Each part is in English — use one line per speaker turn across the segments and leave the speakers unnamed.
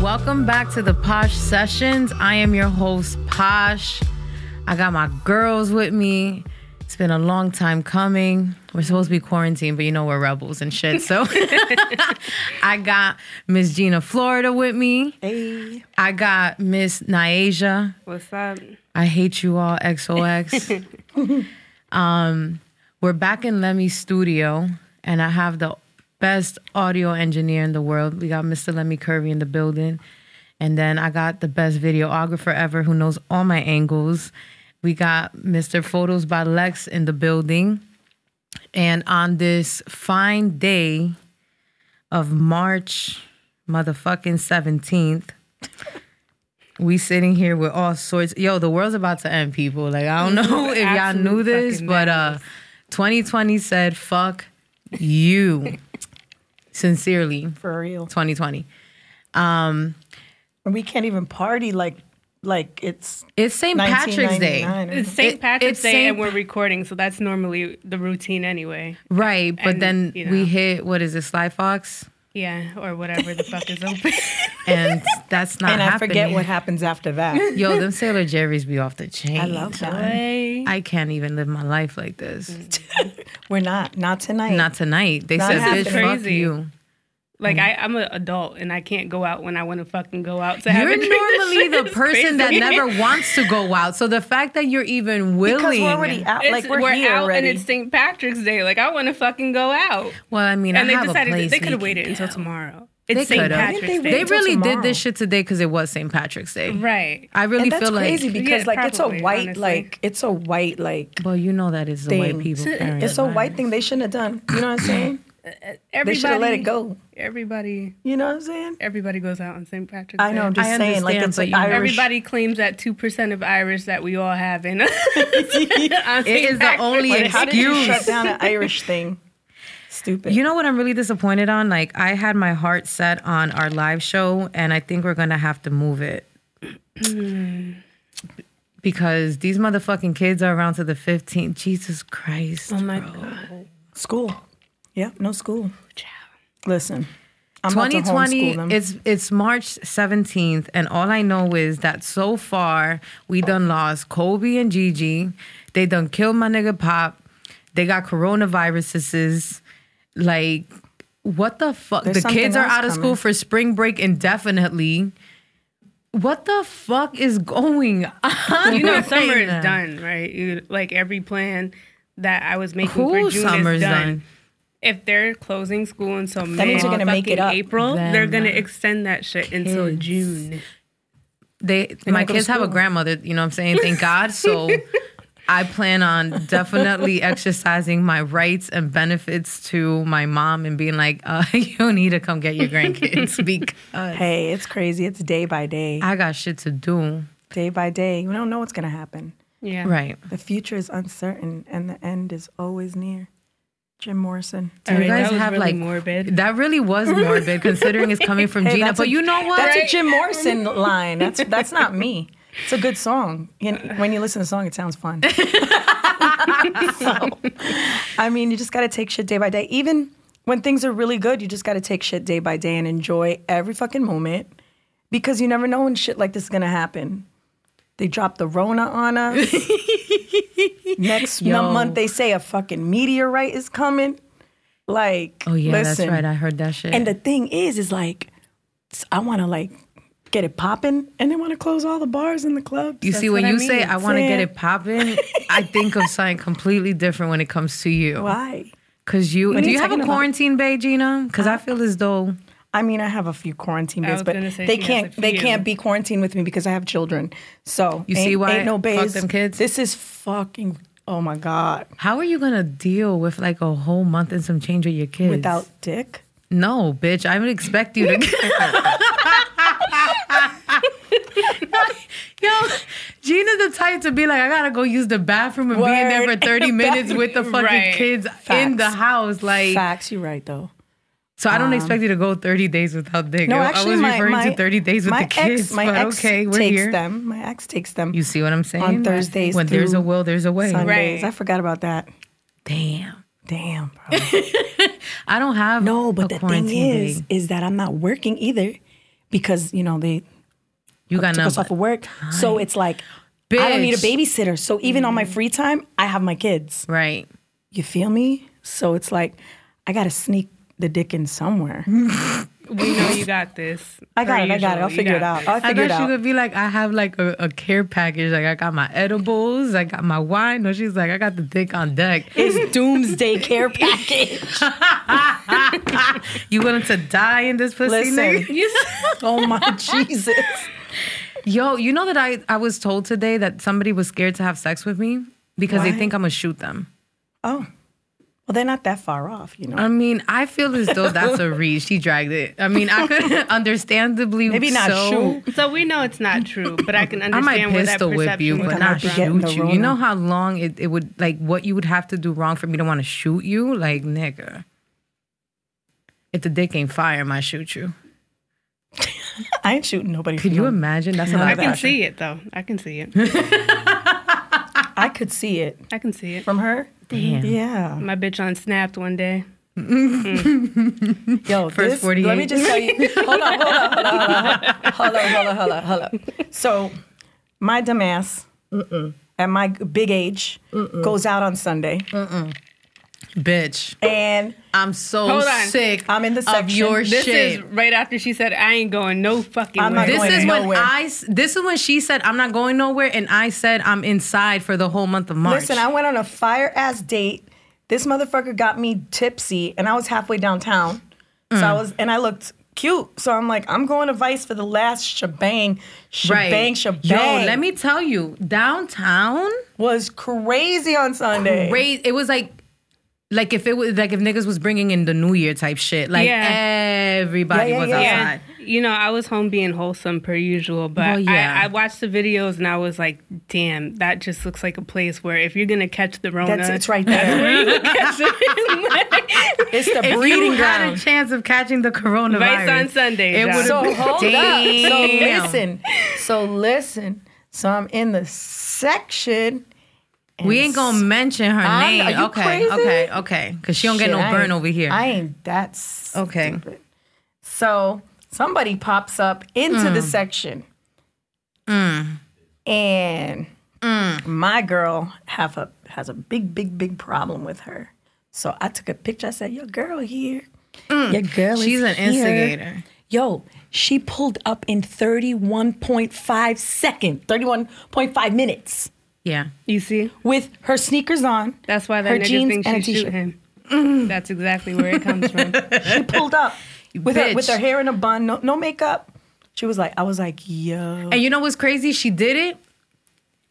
welcome back to the Posh Sessions. I am your host, Posh. I got my girls with me. It's been a long time coming. We're supposed to be quarantined, but you know we're rebels and shit. So I got Miss Gina Florida with me.
Hey,
I got Miss Niaja.
what's up?
I hate you all, XOX. um, we're back in Lemmy's studio, and I have the best audio engineer in the world. We got Mr. Lemmy Curvy in the building, and then I got the best videographer ever who knows all my angles. We got Mr. Photos by Lex in the building, and on this fine day of March motherfucking seventeenth we sitting here with all sorts. Yo, the world's about to end, people. Like I don't know if y'all
Absolute
knew this,
fucking
but uh, 2020 said fuck you. Sincerely,
For real.
2020.
And we can't even party like like it's
It's St. Patrick's Day,
1999
It's
or something.
St.
It-
Patrick's
it's
Day,
Saint-
and we're recording, so that's normally the routine anyway.
right? But
And,
then
you know.
we hit what is it, Sly Fox,
Yeah, or whatever the fuck is open.
and that's not
and I
happening.
forget what happens after that.
Yo, them Sailor Jerry's be off the chain. I
love that.
Hey.
I can't even live my life like this.
Mm.
We're not not tonight.
Not tonight. They
Not
said,
happening.
"Bitch, fuck
Crazy.
you."
like I, I'm an adult, and I can't go out when I want to fucking go out to have
You're
a drink. This
normally
shit
the
is
person that
crazy.
never wants to go out. So the fact that you're even willing.
because we're already out.
It's,
like
we're,
we're, here
out,
already.
and it's St. Patrick's Day. Like I want to fucking go out,
well, I mean, I
and they
have
decided
a
that
place
they could have
we
waited
can
until
go.
tomorrow.
They
It's St.
could have.
Patrick's
Didn't they
Day,
They
Until
really did
tomorrow.
this shit today because it was St. Patrick's Day.
right?
I really
and that's
feel like.
crazy because
Yeah,
like it's a
probably,
white
honestly.
like it's a white like
Well, you know that is the white
Thing.
people.
It's
parent.
it's a white thing they shouldn't have done. You know what I'm saying? they
Everybody
should have let it go.
Everybody,
You know what I'm saying?
everybody goes out on St. Patrick's.
I know.
Day.
I'm just
I
saying like
understand,
it's
but
an
you know-
Irish.
Everybody claims that two percent of Irish that we all have in us.
It is the only
Like, how did you shut
excuse.
down an Irish thing? Stupid.
You know what I'm really disappointed on? Like I had my heart set on our live show, and I think we're gonna have to move it. because these motherfucking kids are around to the 15th. Jesus Christ.
Oh my god.
school. Yeah, no school. Listen, I'm about to
2020
homeschool them.
it's it's march 17th and all i know is that so far we done lost kobe and gigi they done killed my nigga pop they got coronaviruses like what the fuck
There's
the kids
something
are
else
out of school
coming.
for spring break indefinitely what the fuck is going on
You know,
right
summer is
now?
done, right? You, like every plan that I was making
Cool
for June
summer's
is done.
done.
If they're closing school until May,
means they're gonna make it
fucking
up.
April,
Them
they're gonna extend that shit until
kids.
June.
they my
don't go to
kids have a
school.
grandmother you know what i'm saying thank god so i plan on definitely exercising my rights and benefits to my mom and being like uh, you need to come get your grandkids because
hey, it's crazy. It's day by day,
i got shit to do
day by day. We don't know what's gonna happen.
Yeah,
right
The future is uncertain, and the end is always near. Jim Morrison.
All right,
you guys
that was
have
really
like
morbid.
that really was morbid considering it's coming from
Hey,
gina
that's
but
a-
you know what
That's a Jim Morrison line. That's that's not me. It's a good song. You know, when you listen to the song, it sounds fun. So, I mean, you just got to take shit day by day. Even when things are really good, you just got to take shit day by day and enjoy every fucking moment because you never know when shit like this is gonna happen. They dropped the Rona on us. Next
Yo.
month, they say a fucking meteorite is coming. Like,
oh yeah
listen,
that's right i heard that shit
and the thing is, is like, s- I want to like get it popping, and they want to close all the bars and the clubs.
you see
that's
when
what I
you say
mean.
i want to get
Saying-
it popping i think of something completely different when it comes to you
Why?
Cause you
What
do
are
you
you
have a
talking about?
quarantine bay, Gina? Cause I feel as though
I mean, I have a few quarantine
I
days,
was
but
gonna say
they
she has
can't
a
they
few.
can't be quarantined with me because I have children. So
You see
ain't-
why
Ain't no
fuck
bays.
them kids?
This is fucking. Oh my god!
how are you gonna deal with like a whole month and some change with your kids?
Without dick.
no, bitch, I would expect you to. Yo, Gina's the type to be like, I gotta go use the bathroom and be in there for
Word.
thirty minutes with the fucking
Right.
kids in the
Facts.
house. Like,
Facts. You're right though.
so I don't expect you to go thirty days without dick.
No,
I- I
actually,
was
my,
referring
my,
to thirty days with
my
the kids.
Ex, my
but
ex
okay, we're
takes
here.
them. My ex takes them.
You see what I'm saying?
Thursdays
when there's a
through
will, there's a way.
Sundays.
Right.
I forgot about that.
Damn.
Damn, bro.
I don't have
No, but
a
the thing
quarantine
is,
day.
is that I'm not working either because you know they
You got
took us
nothing.
off of work. So it's like I don't need a
Bitch. Mm.
babysitter. So even on my free time, I have my kids.
Right.
You feel me? So it's like I gotta sneak the dick in somewhere.
Mm-hmm.
We know you got this.
I got
Per
it. I got it.
usual,
I'll
you
figure it
got
out.
this.
I'll
I
figure
thought
it
she
out.
would be like, I have like a, a care package. Like I got my edibles, I got my wine. No, she's like, I got the dick on deck.
It's doomsday care package.
You willing to die in this pussy? nigga?
Listen. oh my Jesus.
Yo, you know that I, I was told today that somebody was scared to have sex with me because they think I'm gonna shoot them.
Oh. Well, they're not that far off, you know.
I mean, I feel as though that's a reach. She dragged it. I mean, I could understandably
Maybe not
so,
shoot.
So we know it's not true, but I can
I might
understand where that
pistol
perception
whip you,
would
but
come
not
be
from.
getting the
shoot you. You know
Rona.
how long it, it would like what you would have to do wrong for me to want to shoot you? Like, nigga. If the dick ain't fire, I might shoot you.
I ain't shooting nobody.
Could
for
you
no-
imagine? That's a
I
lot
can
of
see it though. I can see it.
I could see it
I can see it.
from her.
Damn.
Yeah.
My bitch on snapped one day.
Yo,
First
this,
48.
let me just tell you. Hold on, hold on, hold on, hold on, hold on, hold on, hold on, hold on. So, my dumb ass at my g- big age goes out on Sunday,
Bitch,
and
I'm so
Hold on.
sick
I'm in the
of
section.
your
This
shit.
is right after she said, "I ain't going no fucking
I'm not
way."
This
going
is when
nowhere.
I. s- This is when she said, "I'm not going nowhere," and I said, "I'm inside for the whole month of March."
listen, I went on a fire ass date. This motherfucker got me tipsy, and I was halfway downtown. So
Mm.
I was, and I looked cute. So I'm like, I'm going to Vice for the last shebang, shebang, shebang.
Yo, let me tell you, downtown,
was crazy on Sunday.
raise, it was like. Like if it was like if niggas was bringing in the new year type shit, like
Yeah.
everybody
Yeah, yeah,
was
yeah.
Yeah,
outside.
you know, I was home being wholesome per usual, but
Well, yeah.
I, I watched the videos and I was like, "Damn, that just looks like a place where if you're gonna catch the Rona,
That's it's right there.
where you catch it.
It's the
If
breeding
you had
ground.
a chance of catching the coronavirus
Vice on Sundays,
it
y'all.
would
so
have
hold
damn.
up. So listen. So listen. So I'm in the section. and
We ain't gonna mention her
I'm-
name.
are you
okay,
crazy?
okay, okay, because she don't
shit,
get no
I
burn
ain't-
over here.
I ain't that stupid.
Okay.
So somebody pops up into
Mm.
the section. And
Mm.
my girl have a has a big, big, big problem with her. So I took a picture. I said, Your girl here. Your girl
Mm.
is
She's an
here."
instigator.
Yo, she pulled up in 31.5 second, 31.5 minutes
yeah,
you see,
with her sneakers on.
that's why that
Her
nigga
jeans
thinks
and
she
a
shoot
t-shirt. Mm.
him. That's exactly where it comes from.
She pulled up with her, with
bitch.
her hair in a bun, no, no makeup. She was like, I was like, yo.
And you know what's crazy? She did it.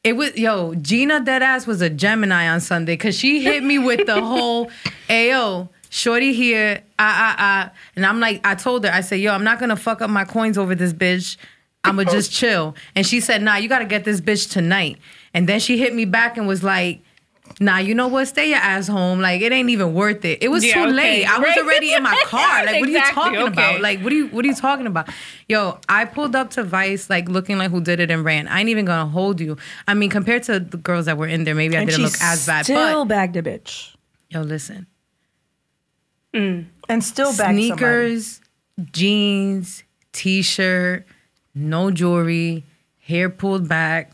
It was yo, Gina Deadass was a Gemini on Sunday because she hit me with the whole Ayo, Shorty here, ah ah ah. And I'm like, I told her, I said, yo, I'm not gonna fuck up my coins over this bitch. I'ma just chill. And she said, nah, you gotta get this bitch tonight. And then she hit me back and was like, Nah, you know what? Stay your ass home. Like it ain't even worth it. It was
Yeah,
too
okay,
late. I was
right.
already in my car. Like, what are you
Exactly,
talking about?
okay.
Like, what are you what are you talking about? Yo, I pulled up to Vice like looking like who did it and ran. I ain't even gonna hold you. I mean, compared to the girls that were in there, maybe I
And
didn't
she
look as bad.
still
But
bagged a bitch.
yo, listen,
And still bagged somebody.
sneakers, jeans, t-shirt, no jewelry, hair pulled back,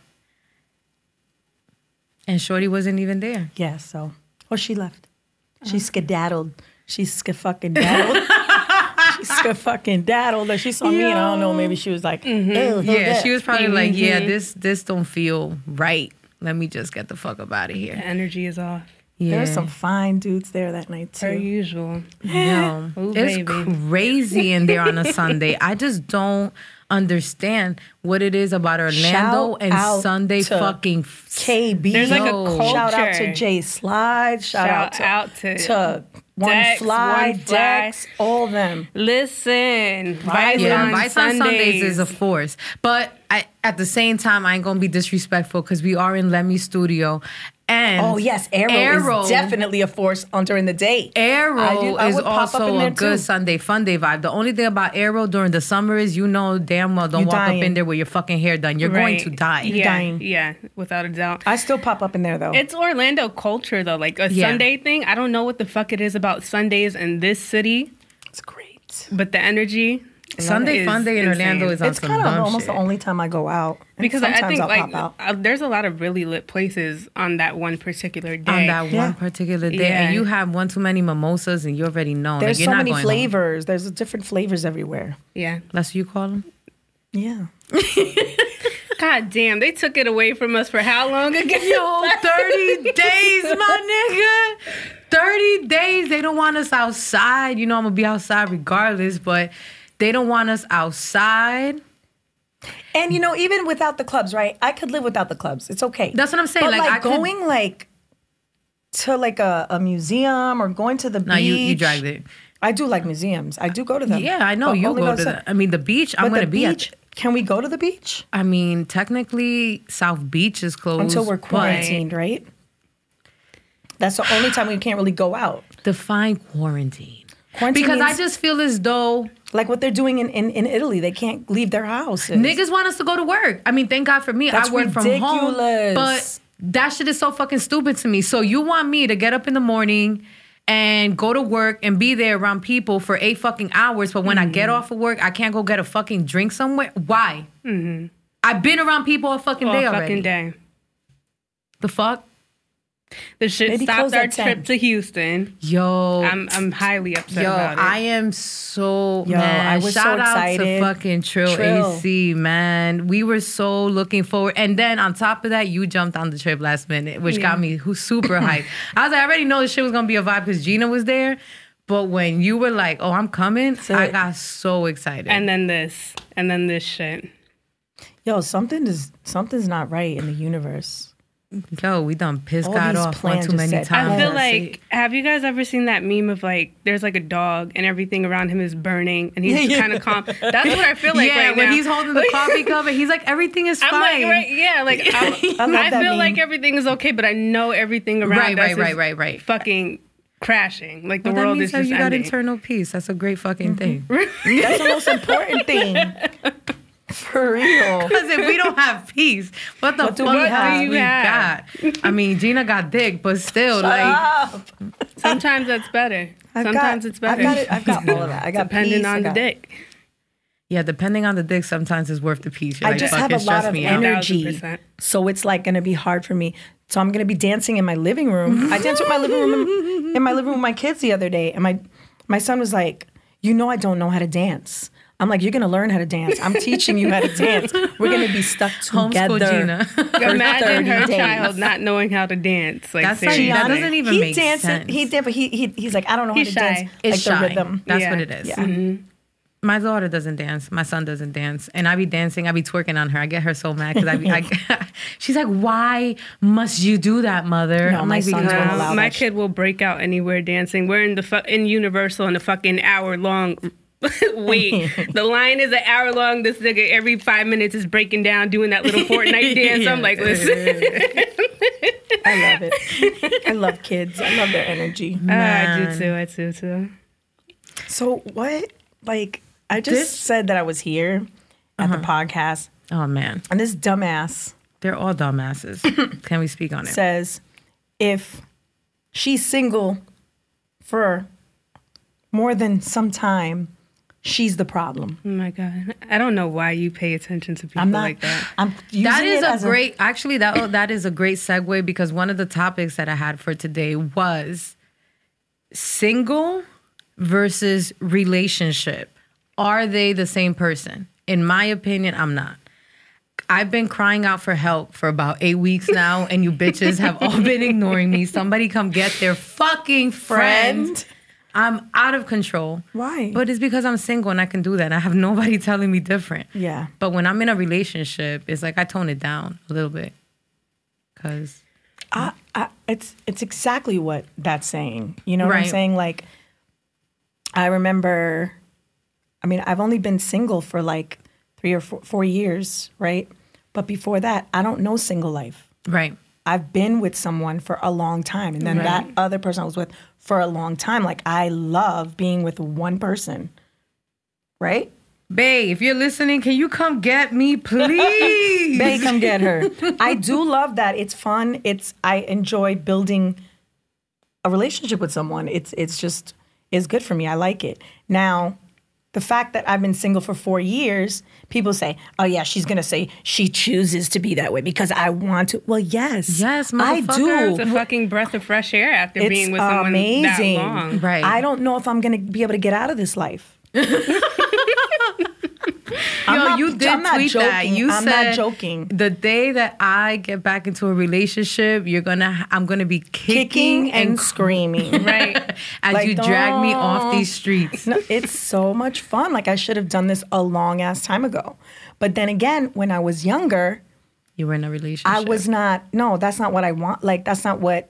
and Shorty wasn't even there.
Yeah, so. Well, she left. She
Uh-huh.
skedaddled. She fucking daddled. she fucking daddled. And she saw me, and I don't know, maybe she was like, "Ew, who
Mm-hmm. Yeah,
that?"
she was probably like,
Mm-hmm.
yeah, this this don't feel right. Let me just get the fuck up out of
The
here.
energy is off
Yeah.
There were some fine dudes there that night
per
too.
usual.
No,
Ooh,
it's
baby.
crazy in there on a Sunday. I just don't understand what it is about Orlando
Shout
and
out
Sunday
to
fucking. f-
KB.
There's like a
Yo.
Shout out
culture.
to Jay Slide. Shout,
Shout out to
One
Dex,
Fly,
One Fly.
Dex, all them.
Listen, Vice,
Yeah,
on,
Vice
Sundays.
on Sundays is a force, but I, at the same time, I ain't gonna be disrespectful because we are in Lemmy's studio, and
Oh yes, Arrow,
Arrow
is definitely a force on during the day.
Arrow
I do- I
is
would pop up in
also a
there,
good
too.
Sunday fun day vibe. The only thing about Arrow during the summer is you know damn well don't
You
walk up in
dying.
there with your fucking hair done. You're
Right.
going to die.
Yeah,
dying.
yeah, without a doubt.
I still pop up in there though.
It's Orlando culture though, like a
Yeah.
Sunday thing. I don't know what the fuck it is about Sundays in this city,
It's great.
but the energy
You know?
Sunday
is
Fun Day in
insane.
Orlando is on
it's
some
kind of
dumb
almost
shit.
the only time I go out. And
because I
sometimes
think
I'll
like
pop out.
uh, there's a lot of really lit places on that one particular day.
on that
Yeah.
one particular day,
Yeah.
and you have one too many mimosas, and you already know
There's
like, you're not
so many
going Home.
flavors. There's different flavors everywhere.
yeah.
That's what you call them.
Yeah.
God damn, they took it away from us for how long again?
Yo, 30 days, my nigga. 30 days. They don't want us outside. You know, I'm going to be outside regardless, but they don't want us outside.
And you know, even without the clubs, right? I could live without the clubs. It's okay.
That's what I'm saying,
But
like,
like,
I could-
going like to like a, a museum or going to the
Now
beach.
you, you dragged it.
I do like museums. I do go to them.
Yeah, I know.
But
You
only
go to
some-
the, I mean, the beach, I'm
But
going
the
to be at.
beach. Can we go to the beach
I mean, technically, South Beach is closed.
until we're
but
quarantined, right? That's the only time we can't really go out.
Define quarantine.
Quarantine
Because I
means-
just feel as though
Like what they're doing in, in, in Italy, they can't leave their houses.
Niggas want us to go to work. I mean, thank God for me.
That's
I work from home.
ridiculous.
But that shit is so fucking stupid to me. So you want me to get up in the morning and go to work and be there around people for eight fucking hours, but when I get off of work, I can't go get a fucking drink somewhere? Why? I've been around people all fucking
All
day
fucking
already.
day.
The fuck?
The shit
Maybe
stopped
close
our
at 10.
trip to Houston.
Yo.
I'm I'm highly upset
Yo,
about it.
I am so
Yo,
man.
I was so
Shout out to
excited.
fucking Trill,
Trill.
AC, man. We were so looking forward, and then on top of that, you jumped on the trip last minute, which got me who super hyped. I was like, I already know this shit was gonna be a vibe because Gina was there, but when you were like, "Oh, I'm coming," I
it.
got so excited.
and then this. And then this shit.
Yo, something is something's not right in the universe.
yo, we done pissed
All
God
these
off one
plans
too
just
many
said,
times.
I feel
Oh,
like have you guys ever seen that meme of like there's like a dog and everything around him is burning and he's kind of calm. That's what I feel like
yeah,
right
when
now.
he's holding the coffee cup and he's like, "Everything is fine."
I'm like, right, yeah, like I'm,
I love
I,
that
feel
meme.
like everything is okay, but I know everything around
Right,
us
right,
is
right, right, right.
fucking crashing. Like the
Well, that
world
means
is
that
just
you got
ending. Mm-hmm.
internal peace. That's a great fucking thing.
That's the most important thing. For real.
Because if we don't have peace, what the
What do
fuck
we
do,
have?
we
Yeah.
got? I mean, Gina got dick, but still, like,
Up.
Sometimes that's better.
I've got-
Sometimes it's better.
I've got, it, I've got all of that. I got
Depending
peace, I
on the
got-
dick.
yeah, depending on the dick, sometimes it's worth the peace. You're
I
like,
just
fuck
have
it,
a
stress
lot of
me out.
energy,
1000%.
so it's like gonna be hard for me. So I'm gonna be dancing in my living room. I danced with my living room in my living room with my kids the other day, and my my son was like, "You know, I don't know how to dance." I'm like, "You're gonna learn how to dance. I'm teaching you how to dance. We're gonna be stuck together."
Homeschool Gina.
for
Imagine
30
her
days.
child not knowing how to dance. Like
That's like-
seriously.
that
Gianna,
doesn't even
he
make
dances,
sense.
He did, but he, he he's like, I don't know how
He's
to
shy.
dance.
It's
like
shy.
the rhythm.
That's
Yeah.
what it is.
Yeah.
My daughter doesn't dance. My son doesn't dance, and I be dancing. I be twerking on her. I get her so mad because I, be, I she's like, "Why must you do that, mother?"
No,
I'm
my
like,
son's
"Because
won't allow
Wow. Uh, My
that
kid will break out anywhere dancing. We're in the fu- in Universal in a fucking hour long wait. the line is an hour long. This nigga every five minutes is breaking down doing that little Fortnite dance. I'm like, listen,
I love it. I love kids. I love their energy.
Ah, I do too. I do too.
So what? Like I just
This-
said that I was here at the podcast,
Oh man,
and this dumbass
they're all dumbasses. Can we speak on it?
says if she's single for more than some time, she's the problem.
Oh my god, I don't know why you pay attention to people
I'm not.
like that.
I'm using
That is
it as
a great actually that oh, that is a great segue because one of the topics that I had for today was single versus relationship. Are they the same person? In my opinion, I'm not. I've been crying out for help for about eight weeks now, and you bitches have all been ignoring me. Somebody come get their fucking friend.
friend.
I'm out of control.
Why?
But it's because I'm single and I can do that. And I have nobody telling me different.
Yeah.
But when I'm in a relationship, it's like I tone it down a little bit. Cause
I, I, it's it's exactly what that's saying. You know what I'm
Right.
saying? Like, I remember. I mean, I've only been single for like three or four, four years, right? But before that, I don't know single life.
right.
I've been with someone for a long time, and then that other person I was with for a long time. Like, I love being with one person, right?
Bae, if you're listening, can you come get me, please?
Bay, come get her. I do love that. It's fun. It's I enjoy building a relationship with someone. It's it's just it's good for me. I like it. Now, the fact that I've been single for four years, people say, "Oh yeah, she's gonna say she chooses to be that way because I want to." Well, yes,
Yes,
I
motherfucker.
do.
It's a fucking breath of fresh air after
It's
being with someone
amazing.
that long.
Right.
I don't know if I'm gonna be able to get out of this life.
Yo,
not-
you did
I'm not
tweet that.
joking.
You
I'm not
said
joking.
the day that I get back into a relationship, you're gonna I'm gonna be kicking,
Kicking and screaming.
Right.
as
like,
you drag me off
don't-
these streets.
No, it's so much fun. Like I should have done this a long ass time ago. But then again, when I was younger,
You were in a relationship.
I was not. No, that's not what I want. Like that's not what.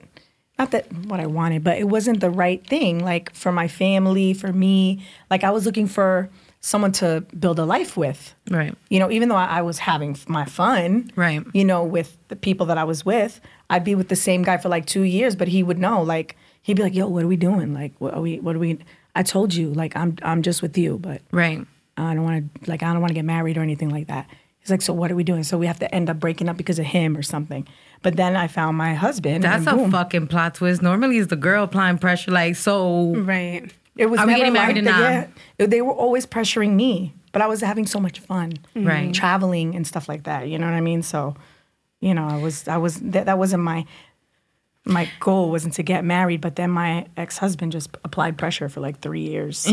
Not that what I wanted, but it wasn't the right thing. Like for my family, for me. Like I was looking for someone to build a life with.
right.
You know, even though I, I was having f- my fun,
Right.
You know, with the people that I was with, I'd be with the same guy for like two years, but he would know. Like he'd be like, "Yo, what are we doing? Like, what are we? What are we?" I told you, like, I'm I'm just with you, but
Right.
I don't want to like I don't want to get married or anything like that. He's like, so what are we doing? So we have to end up breaking up because of him or something. But then I found my husband.
That's
and
a
boom,
fucking plot twist. Normally it's the girl applying pressure, like, so
Right.
It was
Are we
never
getting married
like
or
that.
not?
Yeah. They were always pressuring me, but I was having so much fun,
Mm-hmm. Right.
Traveling and stuff like that. You know what I mean? So, you know, I was I was that, that wasn't my my goal wasn't to get married, but then my ex husband just applied pressure for like three years.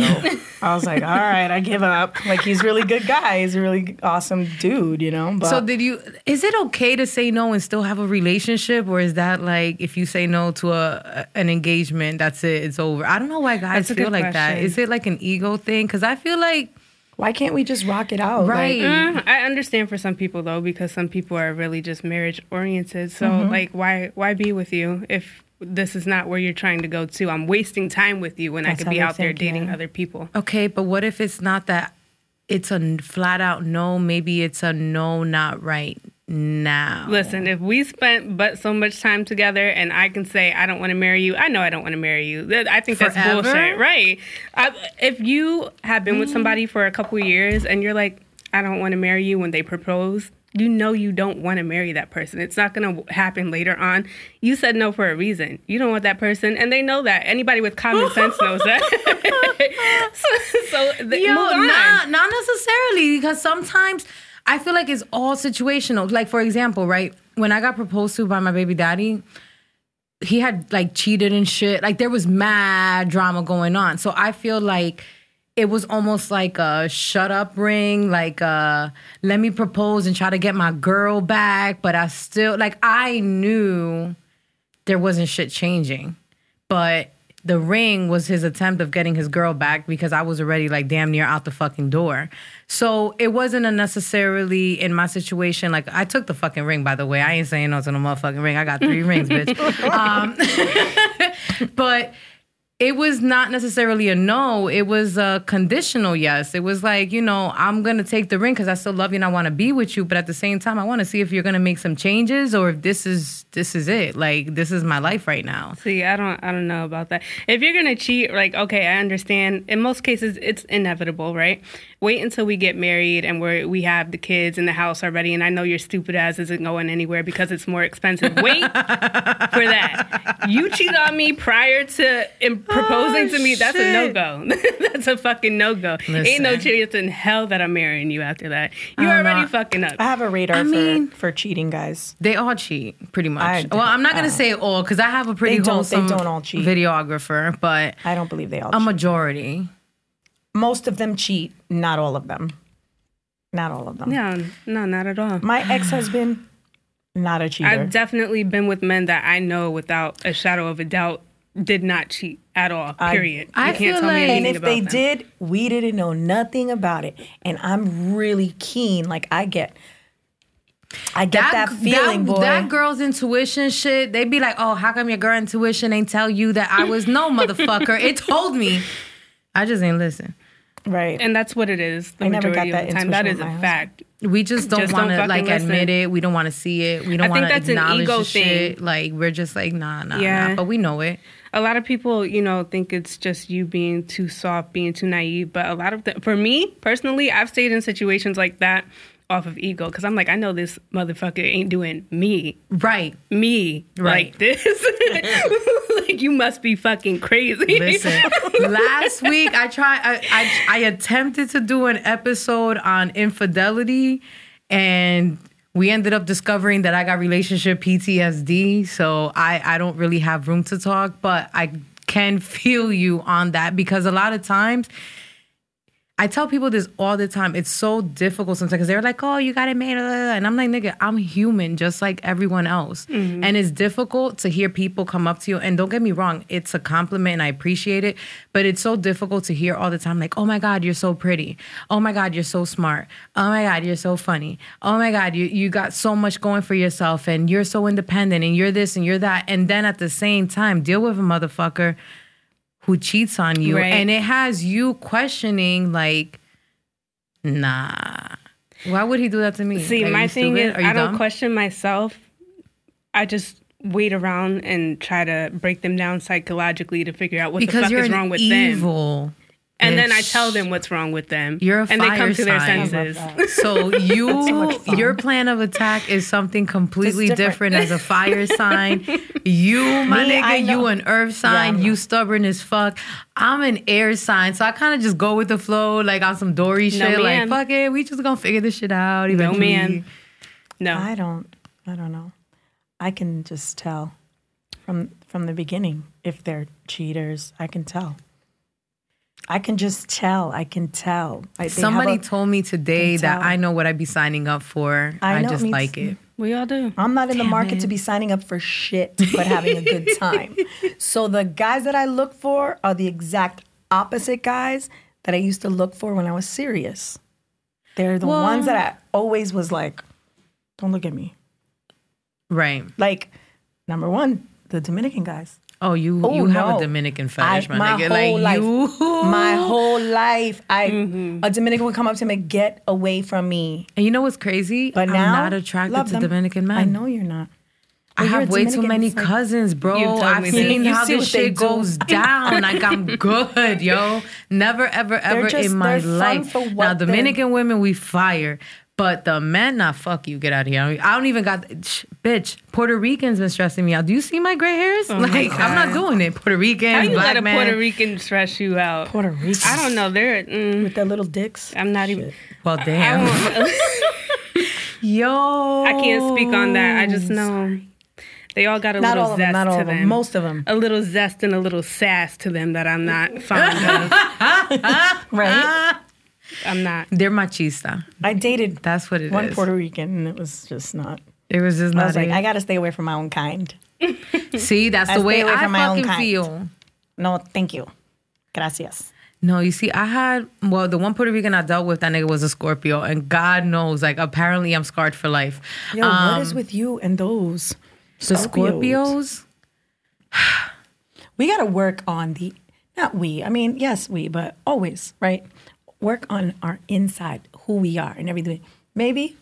So I was like, all right, I give up. Like he's a really good guy. He's a really awesome dude. You know. But
so did you is it okay to say no and still have a relationship or is that like if you say no to a an engagement that's it it's over i don't know why guys
That's a
feel
good
like that
question.
is it like an ego thing because i feel like
why can't we just rock it out? Like,
right
Mm, I understand for some people though, because some people are really just marriage oriented. So like, why why be with you if this is not where you're trying to go to? I'm wasting time with you when
That's
I could
how
be
they
out there
think,
dating
yeah.
other people.
Okay, but what if it's not that? It's a n- flat out no. Maybe it's a no, not right now.
Listen, if we spent but so much time together, and I can say I don't want to marry you, I know I don't want to marry you. Th- I think that's
Forever?
bullshit, right? I, if you have been with somebody for a couple years and you're like, I don't want to marry you when they propose, you know you don't want to marry that person. It's not going to happen later on. You said no for a reason. You don't want that person, and they know that. Anybody with common sense knows that. so, so th-
Yo,
move on.
not not necessarily because sometimes I feel like it's all situational. Like for example, right when I got proposed to by my baby daddy, he had like cheated and shit. Like there was mad drama going on. So I feel like it was almost like a shut up ring, like uh let me propose and try to get my girl back, but I still like I knew there wasn't shit changing. But the ring was his attempt of getting his girl back because I was already like damn near out the fucking door. So it wasn't a necessarily in my situation. Like I took the fucking ring, by the way. I ain't saying no to no motherfucking ring. I got three rings, bitch. Um, but it was not necessarily a no. It was a conditional yes. It was like, you know, I'm going to take the ring because I still love you and I want to be with you. But at the same time, I want to see if you're going to make some changes or if this is this is it. Like, this is my life right now.
See, I don't, I don't know about that. If you're gonna cheat, like, okay, I understand. In most cases, it's inevitable, right? Wait until we get married and we are we have the kids and the house already. And I know your stupid ass isn't going anywhere because it's more expensive. Wait for that. You cheat on me prior to im- proposing to me. That's a no
shit.
go. that's a fucking no go. Ain't no
Listen.
chance in hell that I'm marrying you after that. You
I'm
already
not-
fucking up.
I have a radar
I mean-
for, for cheating guys.
They all cheat, pretty much.
I-
well, I'm not going to say all because I have a pretty
They don't- they
wholesome
don't all cheat.
videographer, but
I don't believe they all
a
cheat.
majority.
Most of them cheat, not all of them. Not all of them.
no, no, not at all.
My ex husband, not a cheater.
I've definitely been with men that I know without a shadow of a doubt did not cheat at all. Period.
I
you can't
feel
tell
like-
me anything
and if
about
they
them.
did, we didn't know nothing about it. And I'm really keen. Like I get, I get that, feeling,
that,
boy.
that girl's intuition shit, they be like, oh, how come your girl intuition ain't tell you that I was no motherfucker? It told me. I just ain't listen.
right.
and that's what it is. The
I never
majority
got
of the
that
time, that
intuition
is
with
a
my
fact.
We just don't
Just don't
want to
fucking
like admit
listen.
it. We don't want to see it. We
I
don't
think
want to
that's an
acknowledge
ego
the shit.
thing.
Like we're just like nah, nah, nah.
Yeah.
But we know it.
A lot of people, you know, think it's just you being too soft, being too naive. But a lot of the, for me personally, I've stayed in situations like that off of ego because I'm like, I know this motherfucker ain't doing me,
Right.
me
Right.
like this. like you must be fucking crazy.
Listen, last week I tried. I, I I attempted to do an episode on infidelity, and we ended up discovering that I got relationship PTSD. So I I don't really have room to talk, but I can feel you on that because a lot of times. I tell people this all the time. It's so difficult sometimes because they're like, "Oh, you got it made," blah, blah, blah. and I'm like, "Nigga, I'm human, just like everyone else." And it's difficult to hear people come up to you. And don't get me wrong, it's a compliment, and I appreciate it. But it's so difficult to hear all the time, like, "Oh my God, you're so pretty. Oh my God, you're so smart. Oh my God, you're so funny. Oh my God, you you got so much going for yourself, and you're so independent, and you're this and you're that." And then at the same time, deal with a motherfucker who cheats on you
Right.
and it has you questioning like nah why would he do that to me
See,
Are
my
you
thing
stupid?
is,
Are you
I don't
dumb?
question myself. I just wait around and try to break them down psychologically to figure out what the
because
fuck
you're
is
an
wrong with them.
evil
And then I
bitch.
tell them what's wrong with them.
You're a
and they come to their
fire sign.
senses.
So you,
much fun.
your plan of attack is something completely
It's
different.
different.
as a fire sign. You, my
Me, I
nigga, you
know.
an earth sign. you stubborn as fuck. I'm an air sign, so I kind of just go with the flow, like on some Dory shit.
man.
Like fuck it, we just gonna figure this shit out.
No
eventually.
man. No.
I don't. I don't know. I can just tell from from the beginning if they're cheaters. I can tell. I can just tell. I can tell. I, they have
Somebody
a-
told me today
They
that
tell.
I know what I'd be signing up for. I,
I know,
just
me
like
too.
it.
We all do.
I'm not in the market to be signing up for shit, but having a good time. so the guys that I look for are the exact opposite guys that I used to look for when I was serious. They're the ones that I always was like, "Don't look at me."
Right.
Like number one, the Dominican guys.
Oh, you
Oh,
you have
no.
a Dominican fetish,
I-
my, nigga. like you
my whole life, I
Mm-hmm.
a Dominican would come up to me, get away from me.
And you know what's crazy?
But
I'm
now,
not attracted
love
to
them.
Dominican men.
I know you're not.
I
Well, you're
have
a
way too
Dominican,
many
it's like-
cousins,
You've
bro.
told
I've
me
seen
this.
how
You see
this
what they
shit
do.
goes down. like I'm good, yo. Never, ever, ever
just-
in my
they're fun
life.
for what
Now
they're-
Dominican women, we fire, but the men, nah, fuck you, get out of here. I don't- e, I don't even got, sh- bitch. Puerto Ricans been stressing me out. Do you see my gray hairs?
Oh my
like I'm not doing it. Puerto Ricans,
How you
black
let a
man.
Puerto Rican stress you out?
Puerto Rican.
I don't know. They're. Mm,
With their little dicks.
I'm not even.
well,
I,
damn,
won't-
yo.
I can't speak on that. I
Oh,
just know they all got a
Not
little
all of
zest
them. Not all
to
of them.
them.
Most of them.
a little zest and a little sass to them that I'm not fond of.
Right.
I'm not.
They're machista.
I dated
That's what it is.
one Puerto Rican, and it was just not.
It was just
I
not.
was like,
it.
I gotta stay away from my own kind.
See, that's
I
the
stay
way
away
I
from my own
fucking
kind.
feel.
No, thank you. Gracias.
No, you see, I had well, the one Puerto Rican I dealt with, that nigga was a Scorpio, and God knows, like, apparently I'm scarred for life. Um,
Yo, what is with you and those?
The Scorpios,
We gotta work on the. Not we. I mean, yes, we, but always, right? Work on our inside, who we are, and everything. Maybe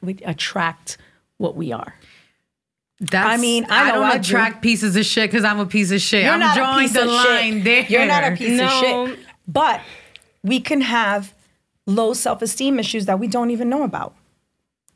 we attract what we are.
that's
I mean, I know
don't
I do.
attract pieces of shit because I'm a piece of shit.
You're
I'm
not
drawing
a piece
the
of
line
shit.
there.
You're not a piece
No.
of shit. But we can have low self-esteem issues that we don't even know about.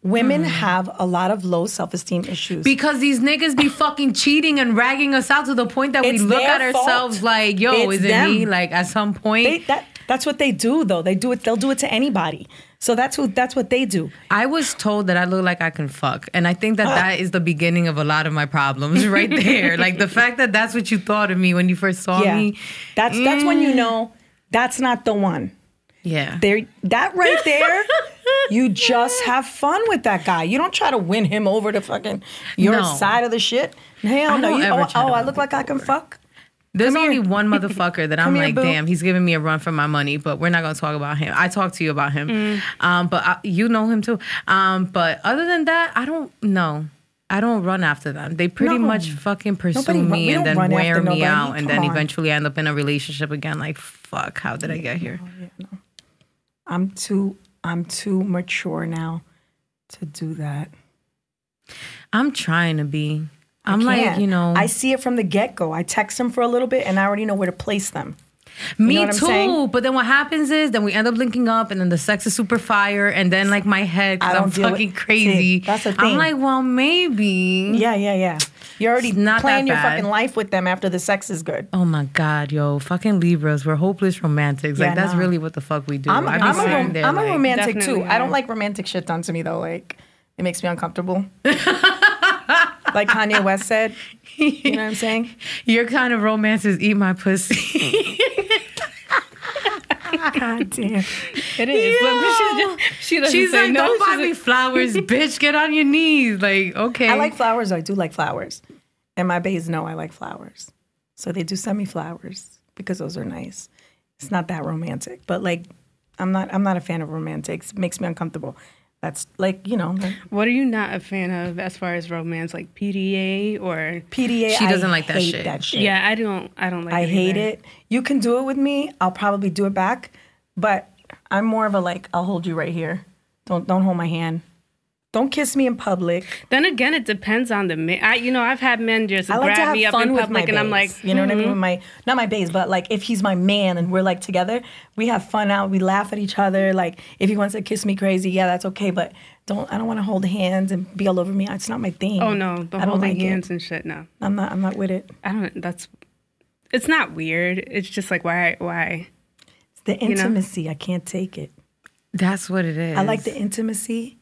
Women
Hmm.
have a lot of low self-esteem issues.
because these niggas be fucking cheating and ragging us out to the point that
It's
we look
their
at ourselves
fault.
like, yo,
It's
is it
them.
me? Like at some point,
they, that that's what they do though. They do it they'll do it to anybody. So that's who that's what they do.
I was told that I look like I can fuck, and I think that that is the beginning of a lot of my problems right there. like the fact that that's what you thought of me when you first saw
yeah.
me.
That's that's when
Mm.
you know that's not the one.
Yeah.
There that right there You just have fun with that guy. You don't try to win him over to fucking your
No.
side of the shit. Hell
I
no.
don't
You,
ever
oh,
try to
oh, I
win
look like I can fuck.
There's only one motherfucker that I'm
Come here,
like,
boo.
damn, he's giving me a run for my money, but we're not gonna talk about him. I talked to you about him,
Mm.
um, but I, you know him too. Um, but other than that, I don't know. I don't run after them. They pretty
No.
much fucking pursue
Nobody run-
me
we
and
don't
then
run
wear
after
me
nobody.
out, and then
Come on.
eventually I end up in a relationship again. Like, fuck, how did I get here?
I'm too I'm too mature now to do that.
I'm trying to be.
I
I'm like,
can't.
you know,
I see it from the get go. I text them for a little bit and I already know where to place them.
Me
know what I'm
too.
saying?
But then what happens is then we end up linking up and then the sex is super fire and then like my head
I
cuz
don't
I'm
deal with-
fucking
See,
crazy.
that's the
I'm
thing.
like, well, maybe.
Yeah, yeah, yeah. You're already
Mm. It's not that
playing your
bad.
fucking life with them after the sex is good.
Oh my god, yo, fucking Libras, we're hopeless romantics. Like
Yeah,
that's
no.
really what the fuck we do.
I'm,
I be
I'm, a,
sitting
rom-
there,
I'm a
like,
romantic too.
Definitely
I don't
are.
like romantic shit done to me though. Like it makes me uncomfortable. like Kanye West said. You know what I'm saying?
Your kind of romance is eat my pussy.
God damn.
It is. Look, she's just, she doesn't
She's
say
like,
no.
don't
She's
buy me flowers, bitch. Get on your knees. Like, okay.
I like flowers. I do like flowers. And my bays know I like flowers. So they do send me flowers because those are nice. It's not that romantic, but like I'm not I'm not a fan of romantics. It makes me uncomfortable. That's like, you know, like
What are you not a fan of as far as romance, like PDA or?
PDA.
She doesn't
I
like that
hate
shit.
That shit.
Yeah, I don't. I don't like.
I hate
either.
it. You can do it with me. I'll probably do it back, but I'm more of a like I'll hold you right here. Don't don't hold my hand. Don't kiss me in public.
Then again, it depends on the man. I, you know, I've had men just
I like
grab
to have
me up
fun
in
with
public,
my
and I'm like, "Mm-hmm."
baes, you know what I mean? With my not my bays, but like if he's my man and we're like together, we have fun out. We laugh at each other. Like if he wants to kiss me crazy, yeah, that's okay. But don't I don't want to hold hands and be all over me. It's not my thing.
oh no, the
I don't
holding
like it.
hands and shit. No,
I'm not. I'm not with it.
I don't. That's. It's not weird. It's just like why? Why?
It's the intimacy. I can't take it.
That's what it is.
I like the intimacy.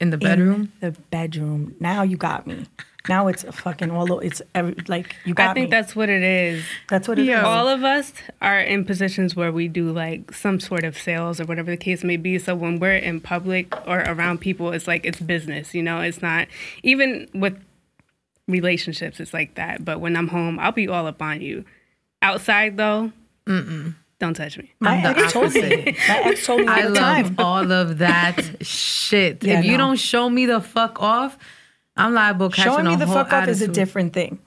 in the
in
bedroom.
the bedroom. Now you got me. Now it's a fucking all. o- It's every, like you got
I think
me.
that's what it is.
that's what it is.
Yeah.
All of us are in positions where we do like some sort of sales or whatever the case may be. So when we're in public or around people, it's like it's business, you know? It's not even with relationships, it's like that. But when I'm home, I'll be all up on you. Outside though, don't touch me.
My
I'm the
ex told me.
opposite.
My ex told me all
I
the
love
time.
all of that shit.
Yeah,
if you
no.
don't show me the fuck off, I'm liable catching
Showing
a
me the
whole
fuck up is a
attitude.
different thing.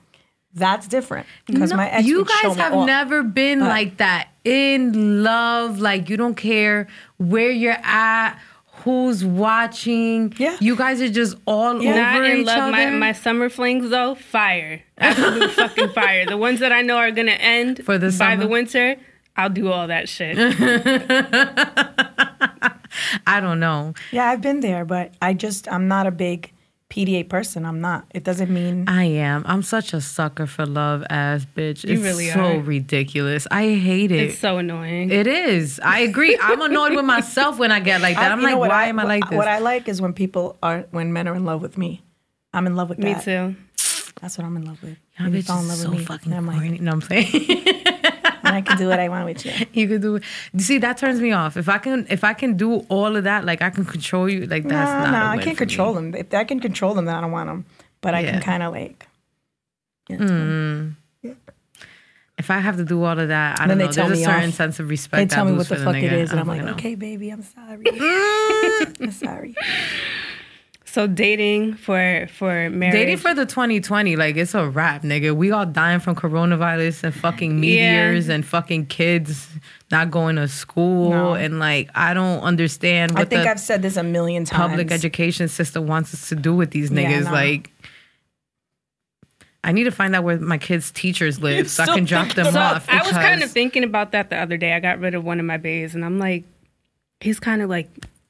That's different because
No,
my ex.
you
would show
guys
me
have
off.
never been like that in love. Like you don't care where you're at, who's watching.
Yeah.
you guys are just all over
Not in
each
love.
other.
My, my summer flings though, fire. Absolute fucking fire. The ones that I know are gonna end
For the
by
summer?
the winter, I'll do all that shit.
I don't know.
Yeah, I've been there, but I just I'm not a big PDA person. I'm not. It doesn't mean
I am. I'm such a sucker for love, ass bitch. it's
really
so
are.
ridiculous. I hate it.
it's so annoying.
It is. I agree. I'm annoyed with myself when I get like that.
I-
I'm
you know
like,
what
why am I like this?
What I like is when people are when men are in love with me. I'm in love with
me
that.
too.
That's what I'm in love with.
Y'all
You
bitches
fall in
is
love
so
with me.
fucking
And I'm like,
corny. No, I'm saying
and I can do what I want with you.
you could do. See, that turns me off. If I can, if I can do all of that, like I can control you. Like that's
Uh,
not.
no, no,
a
I
win
can't
for me.
control them. If I can control them, then I don't want them. But I
Yeah.
can kind of like. yeah.
If I have to do all of that, I
Then
don't
they
know.
tell
There's a
me
certain
off.
sense of
They
respect.
tell
I
me
lose
what the
for
fuck
nigga.
it is, and
I
I'm like,
don't know.
okay, baby, I'm sorry. I'm sorry.
So dating for for marriage.
Dating for the 2020, like it's a wrap, nigga. We all dying from coronavirus and fucking meteors and fucking kids not going to school
No.
and like I don't understand. What
I think
the,
I've said this a million times.
public education system wants us to do with these
Yeah,
niggas.
no.
Like, I need to find out where my kids' teachers live so, I can drop them
so
off.
I was kind of
because-
thinking about that the other day. I got rid of one of my bays, and I'm like, he's kind of like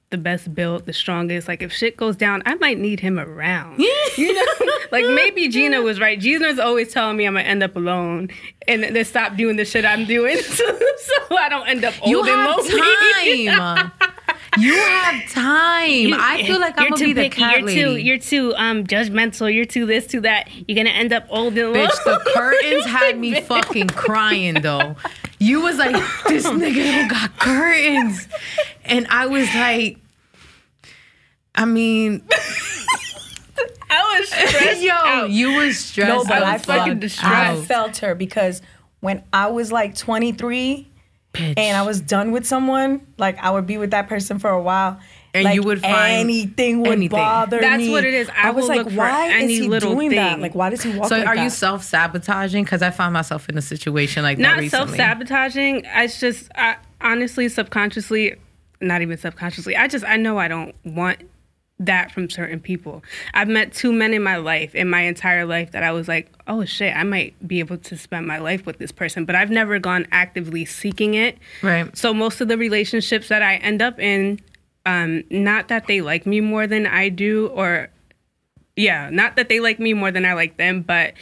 the best built, the strongest. Like if shit goes down, I might need him around. you know, like maybe Gina was right. Gina's always telling me I'm gonna end up alone, and then stop doing the shit I'm doing, so, so I don't end up old
you
and
have
lonely.
time. you have time. I feel like I'm
You're
gonna
too
be the
picky.
cat
you're
lady.
too you're too um judgmental. You're too this, too that. You're gonna end up old and lonely.
Bitch, the curtains had me fucking crying though. You was like, this nigga don't got curtains. And I was like, I mean,
I was stressed
yo,
out.
you was stressed.
No, but
the
I,
was fucking
fuck
felt,
distraught.
out.
I felt her because when I was like 23
Bitch.
and I was done with someone, like I would be with that person for a while.
And
like,
you would find
anything would
anything.
bother
That's
me.
what it is. I
was
will
like,
look for
why
any
is he
little
doing that?
thing.
Like, why does he walk
So
like
are
that?
you self sabotaging? Because I find myself in a situation like that
not
recently.
self sabotaging. It's just I, honestly, subconsciously, not even subconsciously. I just I know I don't want that from certain people. I've met two men in my life, in my entire life, that I was like, oh shit, I might be able to spend my life with this person, but I've never gone actively seeking it.
Right.
So most of the relationships that I end up in, um, not that they like me more than I do, or yeah, not that they like me more than I like them, but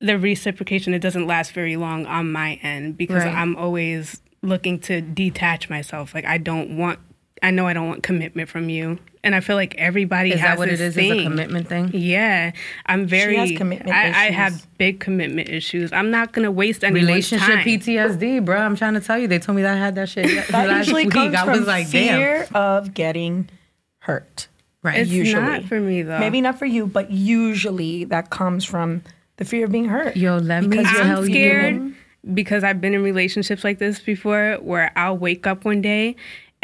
the reciprocation it doesn't last very long on my end because
Right.
I'm always looking to detach myself. Like I don't want I know I don't want commitment from you. And I feel like everybody
Is
has
that what
this
it is?
Thing.
Is a commitment thing?
Yeah, I'm very.
has commitment
I, I
issues.
have big commitment issues. I'm not gonna waste any
Relationship
time.
PTSD, bro. I'm trying to tell you. They told me that I had that shit
That
last
usually
week.
comes
I
from
was like, damn.
fear of getting hurt.
Right.
It's
usually.
not for me though.
Maybe not for you, but usually that comes from the fear of being hurt.
Yo, let me
Because
tell
I'm
you.
scared because I've been in relationships like this before, where I'll wake up one day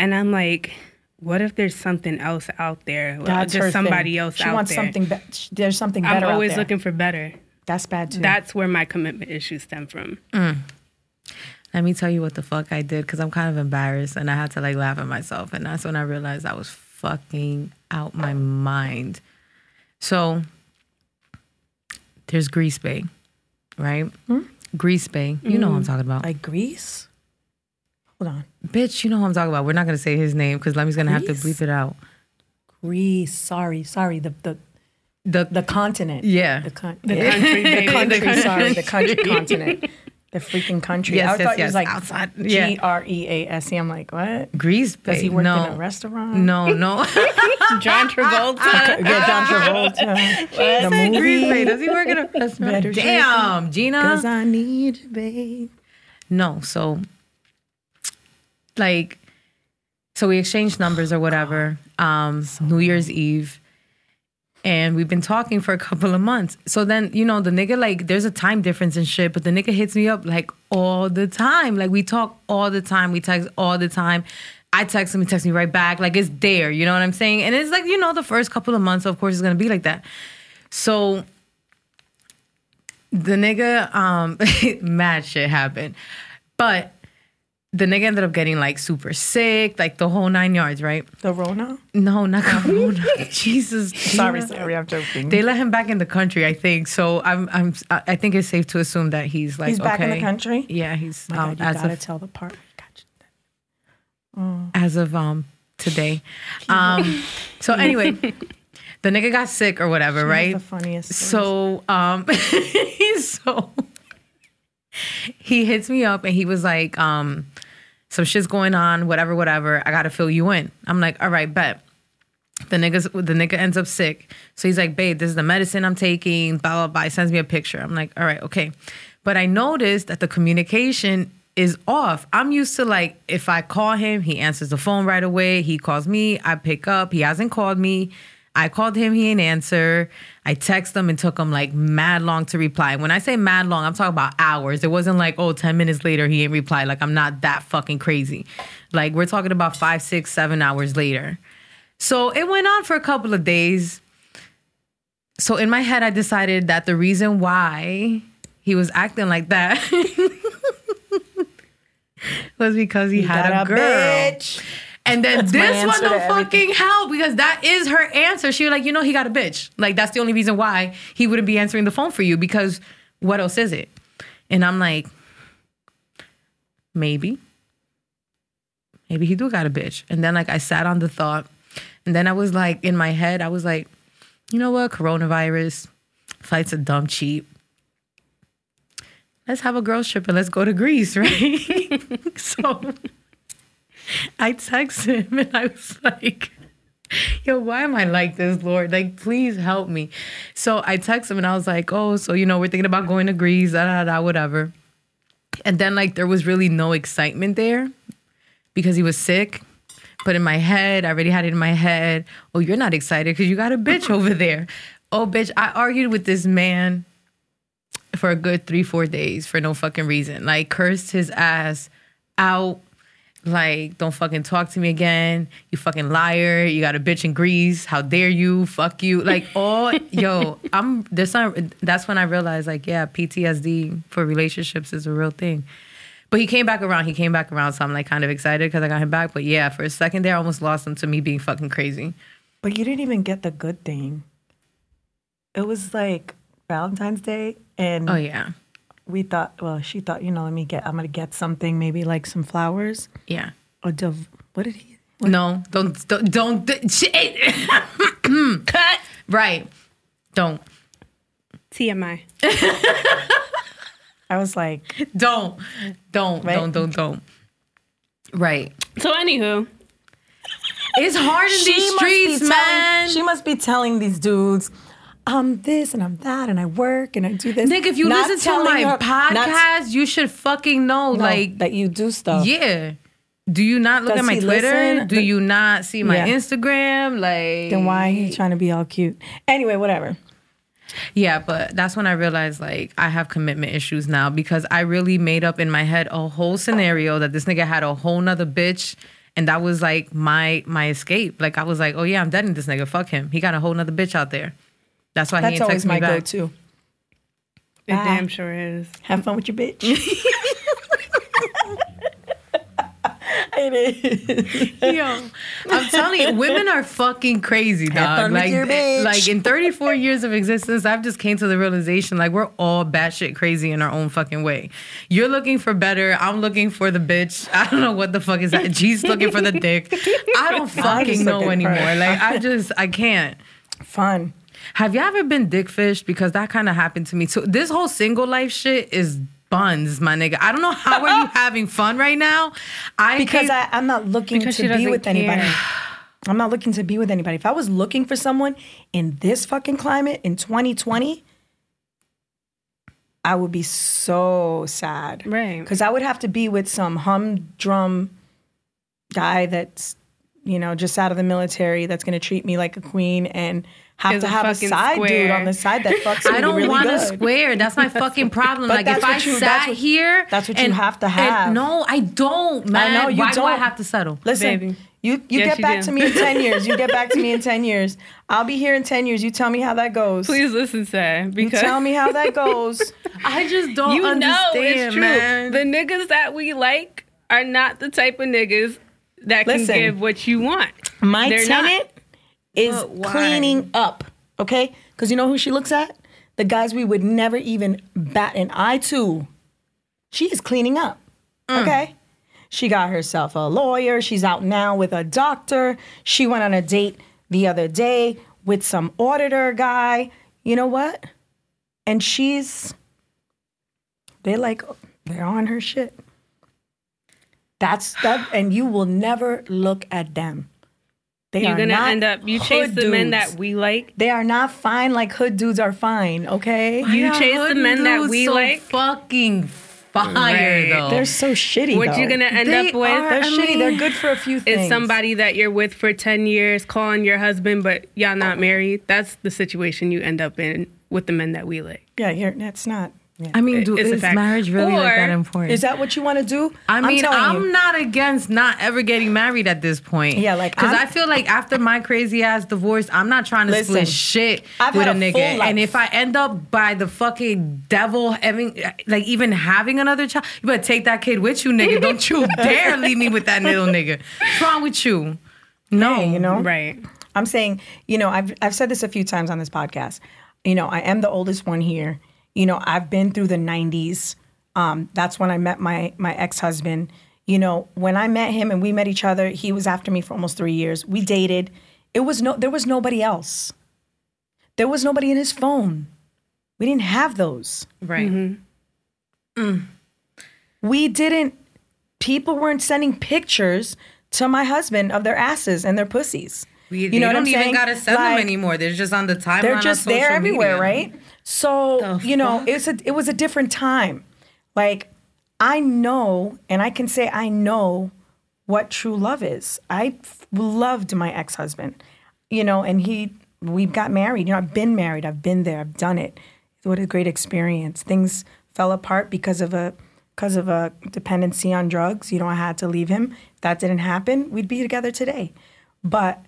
and I'm like, "What if there's something else out there?
That's her
there's somebody
thing.
else
She
out
wants
there."
something. Be- sh- there's something
I'm
better. out
always
there.
looking for better.
That's bad too.
That's where my commitment issues stem from.
Let me tell you what the fuck I did because I'm kind of embarrassed and I had to like laugh at myself. And that's when I realized I was fucking out my mind. So there's Grease Bay, right?
Hmm?
Grease Bay. You know what I'm
Mm-hmm.
talking about.
like Greece. Hold on,
Bitch, you know what I'm talking about. We're not going to say his name because Lemmy's going to have to
Grease?
bleep it out.
Greece. Sorry, sorry. The the
The,
the continent.
yeah.
The, con-
The
yeah.
country, baby,
the country.
the country.
Sorry, the country continent. The freaking country.
Yes,
I
yes,
thought it
yes,
was like
outside. Yeah.
G R E A S E. I'm like, what?
Grease Bay.
Does he work
no.
in a restaurant?
No, no.
John Travolta.
Yeah, John Travolta. the
Grease
movie.
Bay. Does he work in a restaurant?
Better shake
Damn, Gina.
Cause I need you, babe.
No. So, like, so we exchanged numbers or whatever, um, New Year's Eve. And we've been talking for a couple of months. So then, you know, the nigga, like, there's a time difference and shit, but the nigga hits me up, like, all the time. Like, we talk all the time. We text all the time. I text him, he texts me right back. Like, it's there. You know what I'm saying? And it's like, you know, the first couple of months, of course, it's gonna be like that. So the nigga, um, mad shit happened. But the nigga ended up getting like super sick, like the whole nine yards, right?
The Rona?
No, not Corona. Jesus.
Sorry,
Gina.
sorry, I'm joking.
They let him back in the country, I think. So I'm, I'm, I I think it's safe to assume that he's like
He's back in the
okay.
country? Oh
Yeah, he's
My
um,
God, you
as
gotta
of
tell the part. where you got you.
as of um today. Um, so anyway, the nigga got sick or whatever, right?
The funniest.
So um so he hits me up and he was like, um, some shit's going on, whatever, whatever. I gotta fill you in. I'm like, all right, bet. The niggas the nigga ends up sick. So he's like, babe, this is the medicine I'm taking, blah blah blah. He sends me a picture. I'm like, all right, okay. But I noticed that the communication is off. I'm used to like if I call him, he answers the phone right away. He calls me, I pick up. He hasn't called me. I called him, he ain't answer. I text him and took him like mad long to reply. When I say mad long, I'm talking about hours. It wasn't like, oh, 10 minutes later, he ain't reply. Like, I'm not that fucking crazy. Like, we're talking about five, six, seven hours later. So it went on for a couple of days. So in my head, I decided that the reason why he was acting like that was because he had a
got a
girl.
bitch.
And then this one
answer to
don't
everything.
fucking help because that is her answer. She was like, you know, he got a bitch. Like that's the only reason why he wouldn't be answering the phone for you because what else is it? And I'm like, maybe maybe he do got a bitch. And then like I sat on the thought, and then I was like in my head, I was like, you know what, coronavirus, flights are dumb cheap. Let's have a girls trip and let's go to Greece, right? so I text him and I was like, yo, why am I like this, Lord? Like, please help me. So I text him and I was like, oh, so you know, we're thinking about going to Greece, da da da, whatever. And then like there was really no excitement there because he was sick. But in my head, I already had it in my head. Oh, you're not excited because you got a bitch over there. Oh, bitch, I argued with this man for a good three, four days for no fucking reason. Like, cursed his ass out. Like, don't fucking talk to me again. You fucking liar. You got a bitch in Greece. How dare you? Fuck you. Like, all, yo, I'm, there's some, that's when I realized, like, yeah, PTSD for relationships is a real thing. But he came back around. He came back around. So I'm like kind of excited because I got him back. But yeah, for a second there, I almost lost him to me being fucking crazy.
But you didn't even get the good thing. It was like Valentine's Day, and
Oh yeah,
we thought, well, she thought, you know, let me get, I'm gonna get something, maybe like some flowers.
yeah.
Or div- what did he?
No, don't don't don't d- shit. cut. Right, don't
TMI.
I was like,
don't don't don't don't don't. Right,
So anywho,
it's hard in these
must be
streets,
telling-
man.
She must be telling these dudes, I'm this and I'm that and I work and I do this.
Nigga, if you
Not
listen to
telling
my
her-
podcast,
not
you should fucking know.
telling
like,
that you do stuff.
yeah. Do you not look
Does
at my
he
Twitter?
listen?
Do you not see my
Yeah.
Instagram? Like,
Then why are you trying to be all cute? Anyway, whatever.
Yeah, but that's when I realized like I have commitment issues now because I really made up in my head a whole scenario that this nigga had a whole nother bitch. And that was like my my escape. Like I was like, oh yeah, I'm dating this nigga. Fuck him. He got a whole nother bitch out there. That's why he
That's
ain't
always
text me
my
back.
go-to.
it damn sure is.
Have fun with your bitch. it is.
Yo, I'm telling you, women are fucking crazy, dog.
fun with
like,
your bitch.
like in 34 years of existence, I've just came to the realization like we're all batshit crazy in our own fucking way. You're looking for better. I'm looking for the bitch. I don't know what the fuck is that. G's looking for the dick. I don't fucking know
looking for
anymore.
it.
Like I just I can't.
Fun.
Have you ever been dick fished? Because that kind of happened to me too. This whole single life shit is buns, my nigga. I don't know how are you having fun right now. I
Because
can't-
I, I'm not looking
Because she
to be
doesn't
with anybody.
care.
I'm not looking to be with anybody. If I was looking for someone in this fucking climate in 2020, I would be so sad.
Right.
Because I would have to be with some humdrum guy that's, you know, just out of the military that's going to treat me like a queen and have
Is
to
a
have a
fucking
side dude
square.
on the side that fucks me
I don't
really
want a
good.
square. That's my fucking problem.
But
like if
that's
I
what you- that's
sat
what-
here,
that's what you
and-
have to
and
have.
no, I don't, man.
know, you
Why do I
don't.
have to settle?
Listen,
Baby.
you you
Yes,
get
you
back
do.
to me in ten years. You get back to me in ten years. I'll be here in ten years. You tell me how that goes.
Please listen, sir.
you
Because
tell me how that goes.
I just don't
you know
understand,
it's true.
man.
The niggas that we like are not the type of niggas that can
Listen.
give what you want.
My
They're not.
tenant is
But why?
cleaning up. Okay, because you know who she looks at? The guys we would never even bat an eye to. She is cleaning up.
Mm.
Okay. She got herself a lawyer. She's out now with a doctor. She went on a date the other day with some auditor guy. You know what? And she's, they like, they're on her shit. That's that, and you will never look at them. They
You're
are
gonna
not
end up you chase
hood
the men
dudes.
that we like.
They are not fine like hood dudes are fine, okay?
You
Yeah,
chase the
hood
men that
dudes
we
so
like.
Fucking fire
Right.
though.
They're so shitty.
What
though.
you're gonna end
They
up with
are-
They're
I
shitty.
mean-
They're good for a few things.
is somebody that you're with for 10 years calling your husband but y'all not married that's the situation you end up in with the men that we like
Yeah, you're, that's not. Yeah.
I mean, do,
It's a
is
fact.
marriage really like
Or
that important?
Is that what you want to do?
I mean,
telling
I'm,
you.
not against not ever getting married at this point.
Yeah, like,
because
I'm-
I feel like after my crazy ass divorce, I'm not trying to
Listen,
split shit
I've
with a
had a
nigga.
full life.
And if I end up by the fucking devil having, like, even having another child, you better take that kid with you, nigga. Don't you dare leave me with that little nigga. What's wrong with you? No,
you know,
right
I'm saying, you know, I've I've said this a few times on this podcast. You know, I am the oldest one here. You know, I've been through the 90s. Um, that's when I met my my ex-husband. You know, when I met him and we met each other, he was after me for almost 3 years. We dated. It was no there was nobody else. There was nobody in his phone. We didn't have those. Mm.
right?
we didn't people weren't sending pictures to my husband of their asses and their pussies.
We, you don't even gotta send them
Like,
anymore. They're just on the timeline.
They're
on
just
social
there everywhere,
media.
right? So,
The
you know,
fuck?
it's a it was a different time. Like I know and I can say I know what true love is. I f- loved my ex-husband. You know, and he we got married. You know, I've been married. I've been there. I've done it. What a great experience. Things fell apart because of a because of a dependency on drugs. You know, I had to leave him. If that didn't happen, we'd be together today. But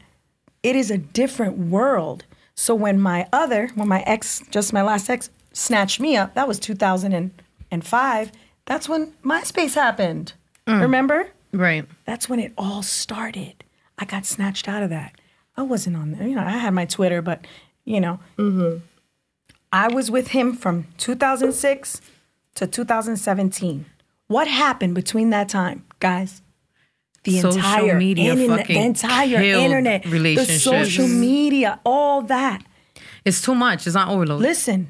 it is a different world. So when my other, when my ex, just my last ex, snatched me up, that was 2005. That's when MySpace happened. Remember?
Right.
That's when it all started. I got snatched out of that. I wasn't on there. You know, I had my Twitter, but you know,
Mm-hmm.
I was with him from 2006 to 2017. What happened between that time, guys? The
Social
entire
media
internet,
fucking
the entire
killed
internet, the
relationships.
social media, all that.
It's too much. It's not overload.
Listen,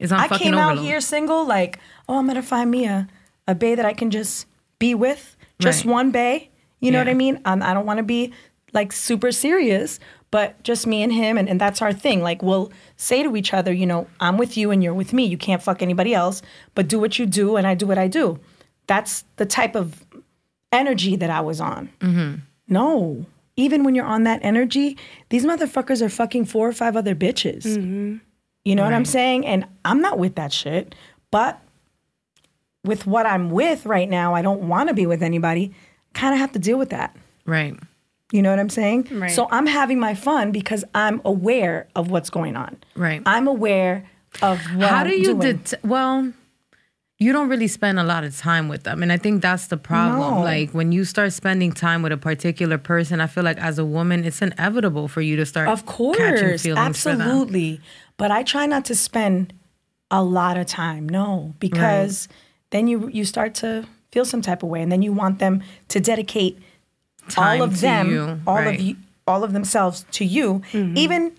It's not
I
fucking
came out
overload.
here single, like, oh, I'm gonna find me a, a bay that I can just be with, just
Right.
one bay. You know what
Yeah.
I mean? Um, I don't want to be like super serious, but just me and him, and, and that's our thing. Like, we'll say to each other, you know, I'm with you and you're with me. You can't fuck anybody else, but do what you do, and I do what I do. That's the type of energy that I was on. No. Even when you're on that energy, these motherfuckers are fucking four or five other bitches. You know what I'm saying? And I'm not with that shit. But with what I'm with right now, I don't want to be with anybody. Kind of have to deal with that.
Right.
You know what I'm saying?
Right.
So I'm having my fun because I'm aware of what's going on.
Right.
I'm aware of what
How
I'm
do you
doing.
det- well? You don't really spend a lot of time with them, and I think that's the problem.
No.
Like when you start spending time with a particular person, I feel like as a woman, it's inevitable for you to start
Of
catching
course,
feelings for them.
absolutely. But I try not to spend a lot of time, no, because then you you start to feel some type of way, and then you want them to dedicate
Time
all of
to
them,
you,
all
right. Mm-hmm.
of you, all of themselves to you, even.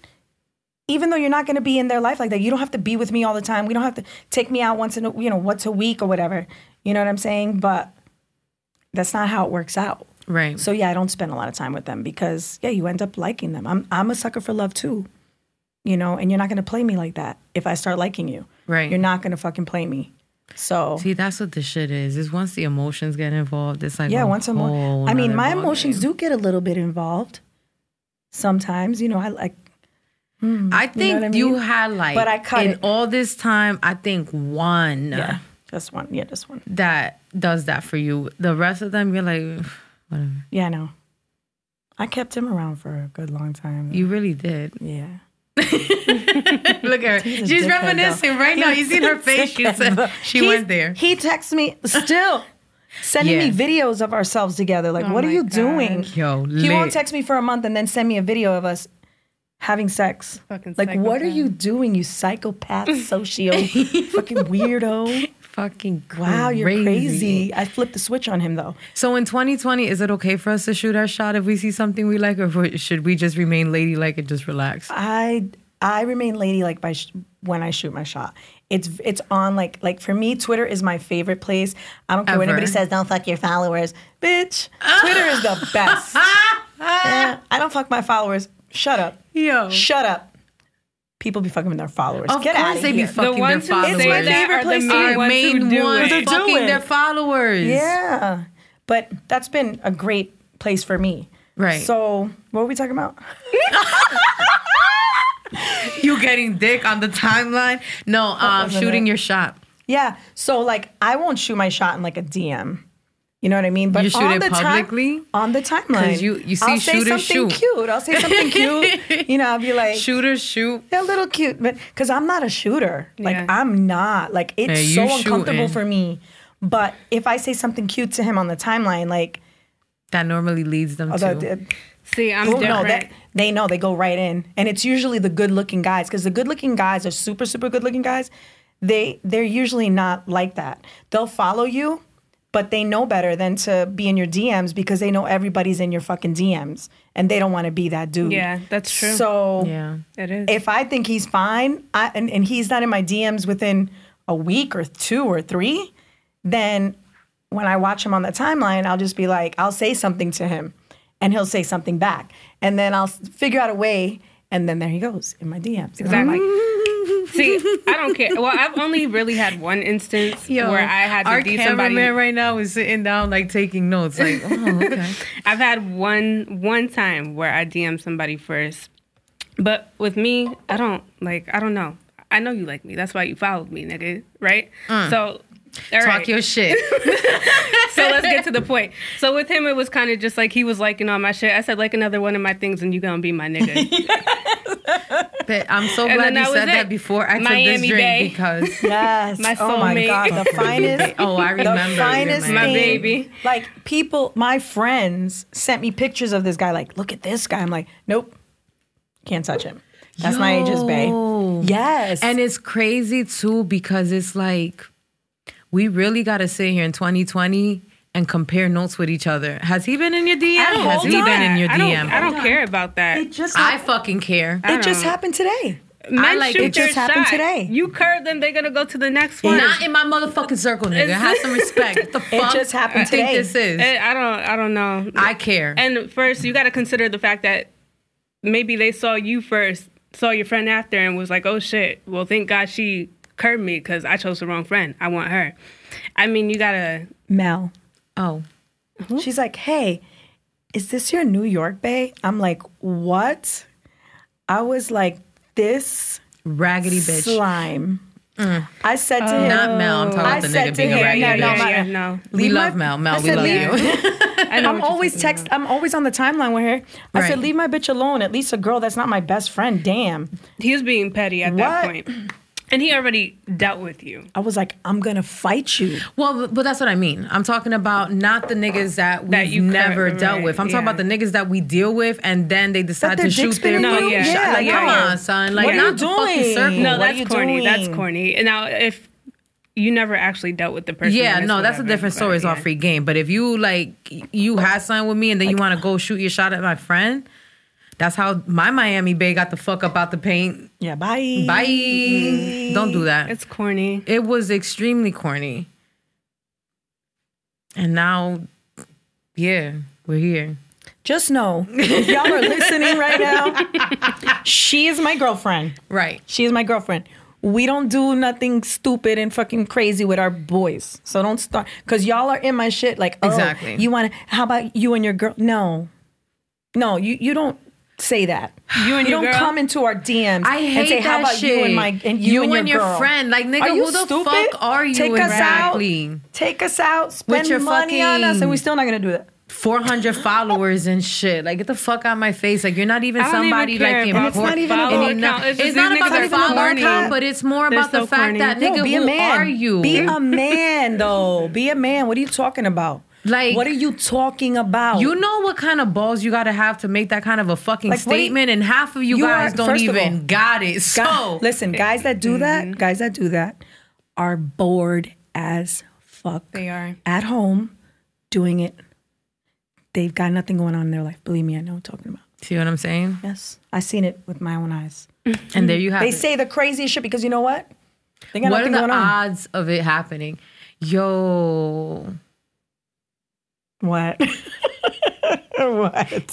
Even though you're not going to be in their life like that, you don't have to be with me all the time. We don't have to take me out once in a, you know once a week or whatever. You know what I'm saying? But that's not how it works out.
Right.
So yeah, I don't spend a lot of time with them because yeah, you end up liking them. I'm I'm a sucker for love too. You know, and you're not gonna play me like that if I start liking you.
Right.
You're not gonna fucking play me. So
See, that's what the shit is. Is once the emotions get involved, it's like
yeah,
a
once I'm
whole
more I mean
nother
my
ballgame.
emotions do get a little bit involved. Sometimes, you know, I like
I think you,
what I mean?
had like,
But I cut
in
it.
all this time. I think one
yeah. Just one. Yeah, just one.
that does that for you. The rest of them, you're like, whatever.
Yeah, I know. I kept him around for a good long time.
You really did.
yeah.
Look at her.
a
She's
dickhead,
reminiscing
though.
right now. You
He was
seen her
a
face. She
dickhead,
said
though.
she
He's-
went there.
He texts me still, sending
Yeah.
me videos of ourselves together. Like,
Oh
what are
my
you
God.
doing?
Yo,
he won't
lit.
text me for a month and then send me a video of us having sex.
Fucking
like, what are
psychopath.
you doing? You psychopath, socio, fucking weirdo.
Fucking crazy.
Wow, you're crazy. I flipped the switch on him though.
So in 2020, is it okay for us to shoot our shot if we see something we like, or if- should we just remain ladylike and just relax?
I I remain ladylike by sh- when I shoot my shot. It's it's on like like for me, Twitter is my favorite place. I don't care what
Ever.
anybody says. Don't fuck your followers, bitch. Twitter is the best. Eh, I don't fuck my followers. Shut up.
Yo.
Shut up. People be fucking with their followers.
Of
Get out
course
of
they
here.
be fucking
the ones
their
who
followers.
It's my
say that
favorite
are
place
the
to
main
be.
our
ones
main
who do
ones
it.
They're
fucking
doing.
their followers.
yeah, but that's been a great place for me.
Right.
So what were we talking about?
You getting dick on the timeline? No, um,
wasn't
shooting
it?
your shot.
Yeah. So like I won't shoot my shot in like a DM. You know what I mean? But
You shoot
on
it
the time-
publically?
on the timeline.
'Cause you- you see
I'll say
shoot
something
is shoot.
cute. I'll say something cute. You know, I'll be like
Shooter, shoot.
they're a little cute, but because I'm not a shooter. Like
Yeah.
I'm not. Like it's
Hey,
so
you
uncomfortable
shooting.
for me. But if I say something cute to him on the timeline, like
That normally leads them
although
to.
See, I'm
Oh,
different.
no, that, they know they go right in, and it's usually the good-looking guys because the good-looking guys are super, super good-looking guys. They they're usually not like that. They'll follow you, but they know better than to be in your DMs because they know everybody's in your fucking DMs, and they don't want to be that dude.
Yeah, that's true.
So
Yeah.
it is.
if I think he's fine, I, and and he's not in my DMs within a week or two or three, then when I watch him on the timeline, I'll just be like, I'll say something to him and he'll say something back. And then I'll s- figure out a way. And then there he goes in my DMs. And I'm
Exactly.
like,
See, I don't care. Well, I've only really had one instance where I had
our
to do somebody.
cameraman right now is sitting down like taking notes. Like, oh, okay.
I've had one one time where I DM somebody first, but with me, I don't like. I don't know. I know you like me. That's why you followed me, nigga. Right? So, all
Mm. Talk
right.
your shit.
so let's get to the point. So with him, it was kind of just like he was liking all my shit. I said like another one of my things, and you gonna be my nigga.
But I'm so
And
glad
then
you
that was
said that
it.
before I took this
Miami
drink
Bay.
because
Yes.
My
oh my
soulmate.
God. The finest.
oh, I remember
the finest
You're
My
my-
thing.
baby.
Like people, my friends sent me pictures of this guy. Like, look at this guy. I'm like, nope, can't touch him. That's my age's bay.
Yo.
Yes,
And it's crazy too because it's like we really got to sit here in 2020 and compare notes with each other. Has he been in your DM?
don't
Has he
hold
been in your
I don't,
DM?
I don't care about that.
it just
I fucking care.
it just happened today.
Men
I like
shoot
it.
their
It just happened
shot.
today.
You curve them, they're gonna go to the next one.
Not in my motherfucking circle, nigga. Have some respect. What the fuck?
just happened
you think
today.
this is?
Eh, I don't. I don't know.
I care.
And first, you got to consider the fact that maybe they saw you first, saw your friend after, and was like, "Oh shit!" Well, thank God she curved me because I chose the wrong friend. I want her. I mean, you gotta.
Mel,
oh.
she's like, hey, is this your New York bay? I'm like, what? I was like, this
Raggedy bitch. Mm.
slime. I said to him,
Not Mel. I'm talking
I
about the
said
nigga
to
being a
him,
raggedy
yeah, no,
bitch.
my-
yeah, no.
we
leave
love
my-
Mel.
I
Mel, we
said
love
leave-
you.
I know
I'm
what you're
always
talking
text. I'm always on the timeline with her. I
Right.
said, "Leave my bitch alone. At least a girl that's not my best friend." Damn.
about. He was being petty at that
What?
point, and he already dealt with you.
I was like, "I'm gonna fight you."
Well, but that's what I mean. I'm talking about not the niggas that we've
That you cur-
never dealt
right,
with. I'm talking
yeah.
about the niggas that we deal with, and then they decide
their
to
dick's
shoot their
been in
fucking
you?
shot.
Yeah,
Like,
yeah,
come
yeah.
on, son. Like,
What are
not
you
the fucking
doing?
circle.
No,
What are
that's
you
corny. That's
doing?
corny. And now if you never actually dealt with the person,
yeah,
then it's
no, that's a
whatever,
different
but
story. It's all
yeah.
free game. But if you like, you had something with me, and then you want to go shoot your shot at my friend, that's how my Miami Bay got the fuck up out the paint.
Yeah. Bye.
Bye. Don't do that.
It's corny.
it was extremely corny. And now, yeah, we're here.
Just know, if y'all are listening right now, she is my girlfriend.
Right.
She is my girlfriend. We don't do nothing stupid and fucking crazy with our boys. So don't start because y'all are in my shit. Like, oh,
Exactly.
You want to? How about you and your girl? No, no, you you don't say that. You
and
you
your
don't
girl?
come into our DMs
I hate
and say
that
how about
shit.
you and my and you, and your, girl?"
friend. Like, nigga,
Are you
who the
stupid?
fuck are you
Take us
exactly?
out. Take us out. Spend
your
money on us,
fucking-
and we're still not gonna do that.
400 followers and shit. Like, get the fuck out of my face. Like, you're not even
I don't even
somebody
care
like
about
important.
It's not even about
and
follower
you're
count. It's just
it's not
these
about
niggas
the
are so
follower
corny.
count, but it's more
They're
about
so
the fact
corny.
that,
No,
nigga,
be
who
a man.
are you?
Be a man, though. Be a man. What are you talking about?
Like-
what are you talking about?
You know what kind of balls you got to have to make that kind of a fucking
Like, what do you-
statement, and half of you,
You
guys
are-
don't
first of
even
all,
got it. So
Guy- listen, guys that do
Mm-hmm.
that, guys that do that, are bored as fuck.
They are.
at home doing it. They've got nothing going on in their life. Believe me, I know what I'm talking about.
see what I'm saying?
Yes, I seen it with my own eyes.
And there you have
They
it.
say the craziest shit because you know what? They got
what are
nothing
the
going on.
odds of it happening? Yo,
What? what?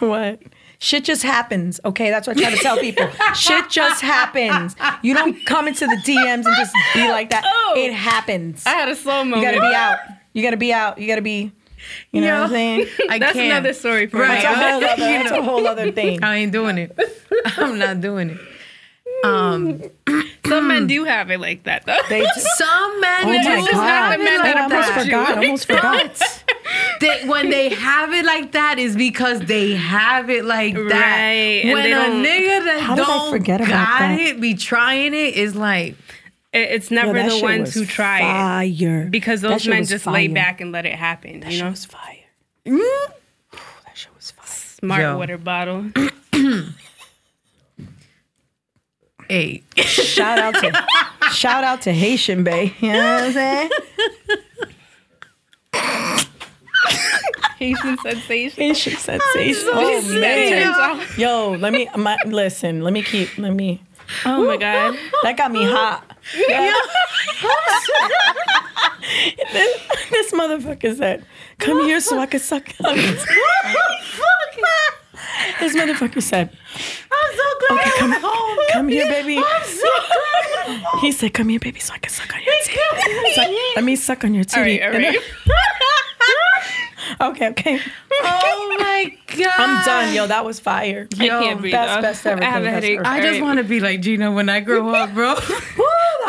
What? Shit just happens. Okay, that's what I try to tell people. Shit just happens. You don't come into the DMs and just be like that.
Oh.
It happens.
I had a slow
You
moment.
gotta be out. You gotta be out. You gotta be. You know what I'm
Yo.
saying?
I
That's
can't.
another story for
Right.
me.
That's a whole other, that's a whole other thing.
I ain't doing it. I'm not doing it. Um,
Some men do have it like that, though.
They do.
some men
Oh
do
my
just not
have
the men
it like
that
I almost
that.
approach you.
forgot. I almost forgot.
But they, when they have it like that is because they have it like that.
Right, and
When
they
a
don't-
nigga that
How did I
don't
forget about
got
that?
it be trying it is like
It- it's
Yo,
never
that
the
shit
ones
was
who try
fire.
it because
That
those
shit
men
was
just
fire.
lay back and let it happen.
That
you
shit
know, Mm.
was fire. That shit was fire.
smart
Yo.
water bottle.
hey.
Shout out to shout out to Haitian Bay. You know what I'm saying?
Haitian sensation.
Haitian sensation.
Oh,
Oh man.
man.
Yo, let me my, listen. Let me keep. Let me.
Oh my god.
That got me hot. Yeah. this, this motherfucker said, "Come here so I can suck." on it." this motherfucker said,
I'm so glad
Okay, come,
I'm home.
come here, baby.
I'm so glad I'm home.
He said, "Come here, baby, so I can suck on your titty."
He's
Suck- let me suck on your
All
titty.
right, all right.
And I- okay, okay.
oh my god.
I'm done, yo. That was fire.
I
Yo,
can't breathe.
best,
dog.
best
I have a
everything, best
headache.
everything.
I just want to be like Gina when I grow up, bro.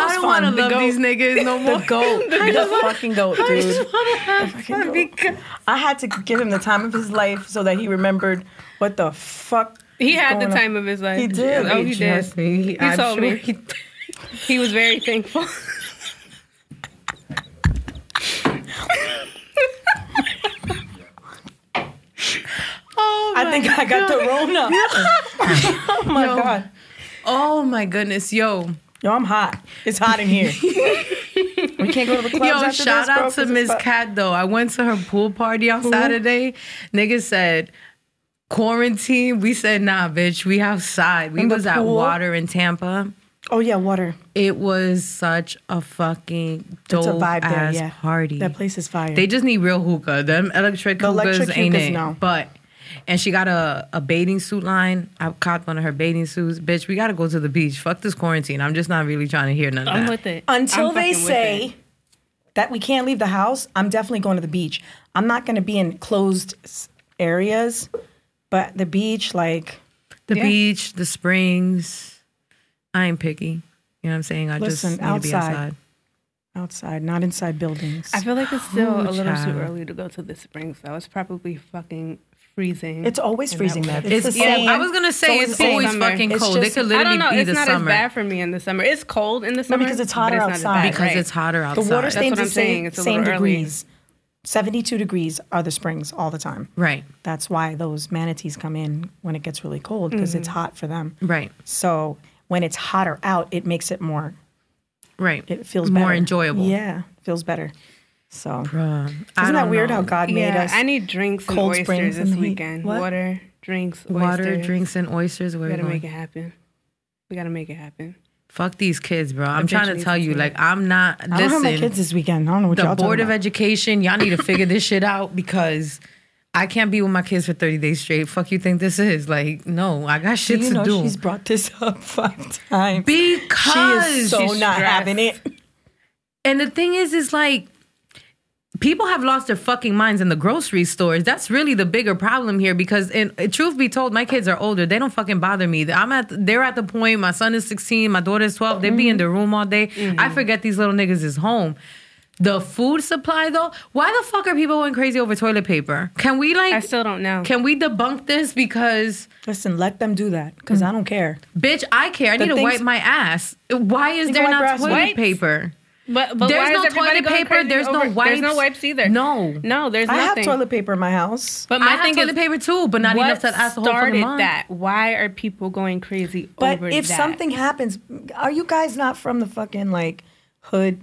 I don't want to
fun. The
love
goat.
these niggas no more.
The goat, the fucking goat,
I just
dude.
want to have
fucking
fun
goat.
because
I had to give him the time of his life so that he remembered what the fuck
He had the
going on.
time of his life.
He did.
Oh, he did.
Trust me, he-
He
I'm
told
sure
me.
he-
He was very thankful.
oh my
I think I got the Rona. oh my
No.
god.
Oh my goodness, yo,
Yo, I'm hot. It's hot in here. we can't go to the clubs
yo!
after
Shout
this, bro,
out to
'cause it's
Miss
hot.
Cat though. I went to her pool party on Saturday. Nigga said quarantine. We said nah, bitch. We outside. We
In the
was at
pool?
water in Tampa.
Oh yeah, water.
It was such a fucking dope
It's a vibe there.
ass
Yeah,
party.
That place is fire.
They just need real hookah. Them electric
The
hookahs
electric
ain't
hookahs,
it.
no.
But and she got a, a bathing suit line. I caught one of her bathing suits. Bitch, we gotta go to the beach. Fuck this quarantine. I'm just not really trying to hear none of
I'm
that.
with it.
until
I'm
they
fucking with it.
say that we can't leave the house, I'm definitely going to the beach. I'm not going to be in closed s- areas, but the beach, like,
the beach, the springs. I ain't picky. You know what I'm saying? I
Listen,
just need to be
outside.
outside.
outside, not inside buildings.
I feel like it's still
Ooh,
a little
child.
too early to go to the springs. I was probably fucking freezing.
it's always freezing there. It's,
It's,
the
yeah,
same.
I was gonna say
always
it's
the same.
always
Summer.
fucking
It's
cold.
just-
it could
I
literally
don't know.
be
It's
the
not
summer
as bad for me in the summer. It's cold in the summer.
because it's
but
hotter
not as
outside.
bad,
because
right.
it's hotter
the
outside.
water
That's
stains
what
the
I'm saying,
same,
it's a
same
little early.
degrees. 72 degrees are the springs all the time.
right,
That's why those manatees come in when it gets really cold because it's hot for them.
right,
So when it's hotter out, it makes it more
right.
it feels
more
better.
enjoyable.
Yeah, feels better. So
Bruh, I
isn't that
don't
weird
know.
how God made
Yeah,
us?
I need drinks and
cold
oysters
springs in
this
the heat.
weekend.
What?
Water, drinks,
water,
oysters.
drinks, and oysters? Where
We
we
gotta
going?
make it happen. We gotta make it happen.
Fuck these kids, bro. I'm trying to
Eventually
tell you,
it's
like, I'm not.
I don't have my kids
Listen,
this weekend. I don't know what
the
y'all
board
talking
of
about.
education, y'all need to figure this shit out because I can't be with my kids for 30 days straight. Fuck you think this is? Like, no, I got shit
you
to
know
do.
she's brought this up five times.
because
she is so
she's
not
stressed.
having it.
And the thing is, is like people have lost their fucking minds in the grocery stores. That's really the bigger problem here because, in truth be told, my kids are older. They don't fucking bother me. I'm at they're at the point. My son is 16. My daughter is 12. They be in
Mm-hmm.
their room all day. I forget these little niggas is home. The food supply though, why the fuck are people going crazy over toilet paper? Can we
I
like?
still don't know.
Can we debunk this? Because
Listen, let them do that because
Mm.
I don't care.
bitch, I care. I
The
need to
things-
wipe my ass. Why is
You can
there
wipe your
not
ass
toilet
wipes.
paper?
But, but
There's
why
no
is everybody
toilet
going
paper,
crazy
there's no
over- There's no
wipes.
wipes either.
No.
no, there's
I have
nothing.
toilet paper in my house.
But
I
my
have
thing
toilet
is,
paper too, but not
what
enough to last the whole fucking
started
month.
that? Why are people going crazy
But
over
if
that?
something happens, are you guys not from the fucking like hood?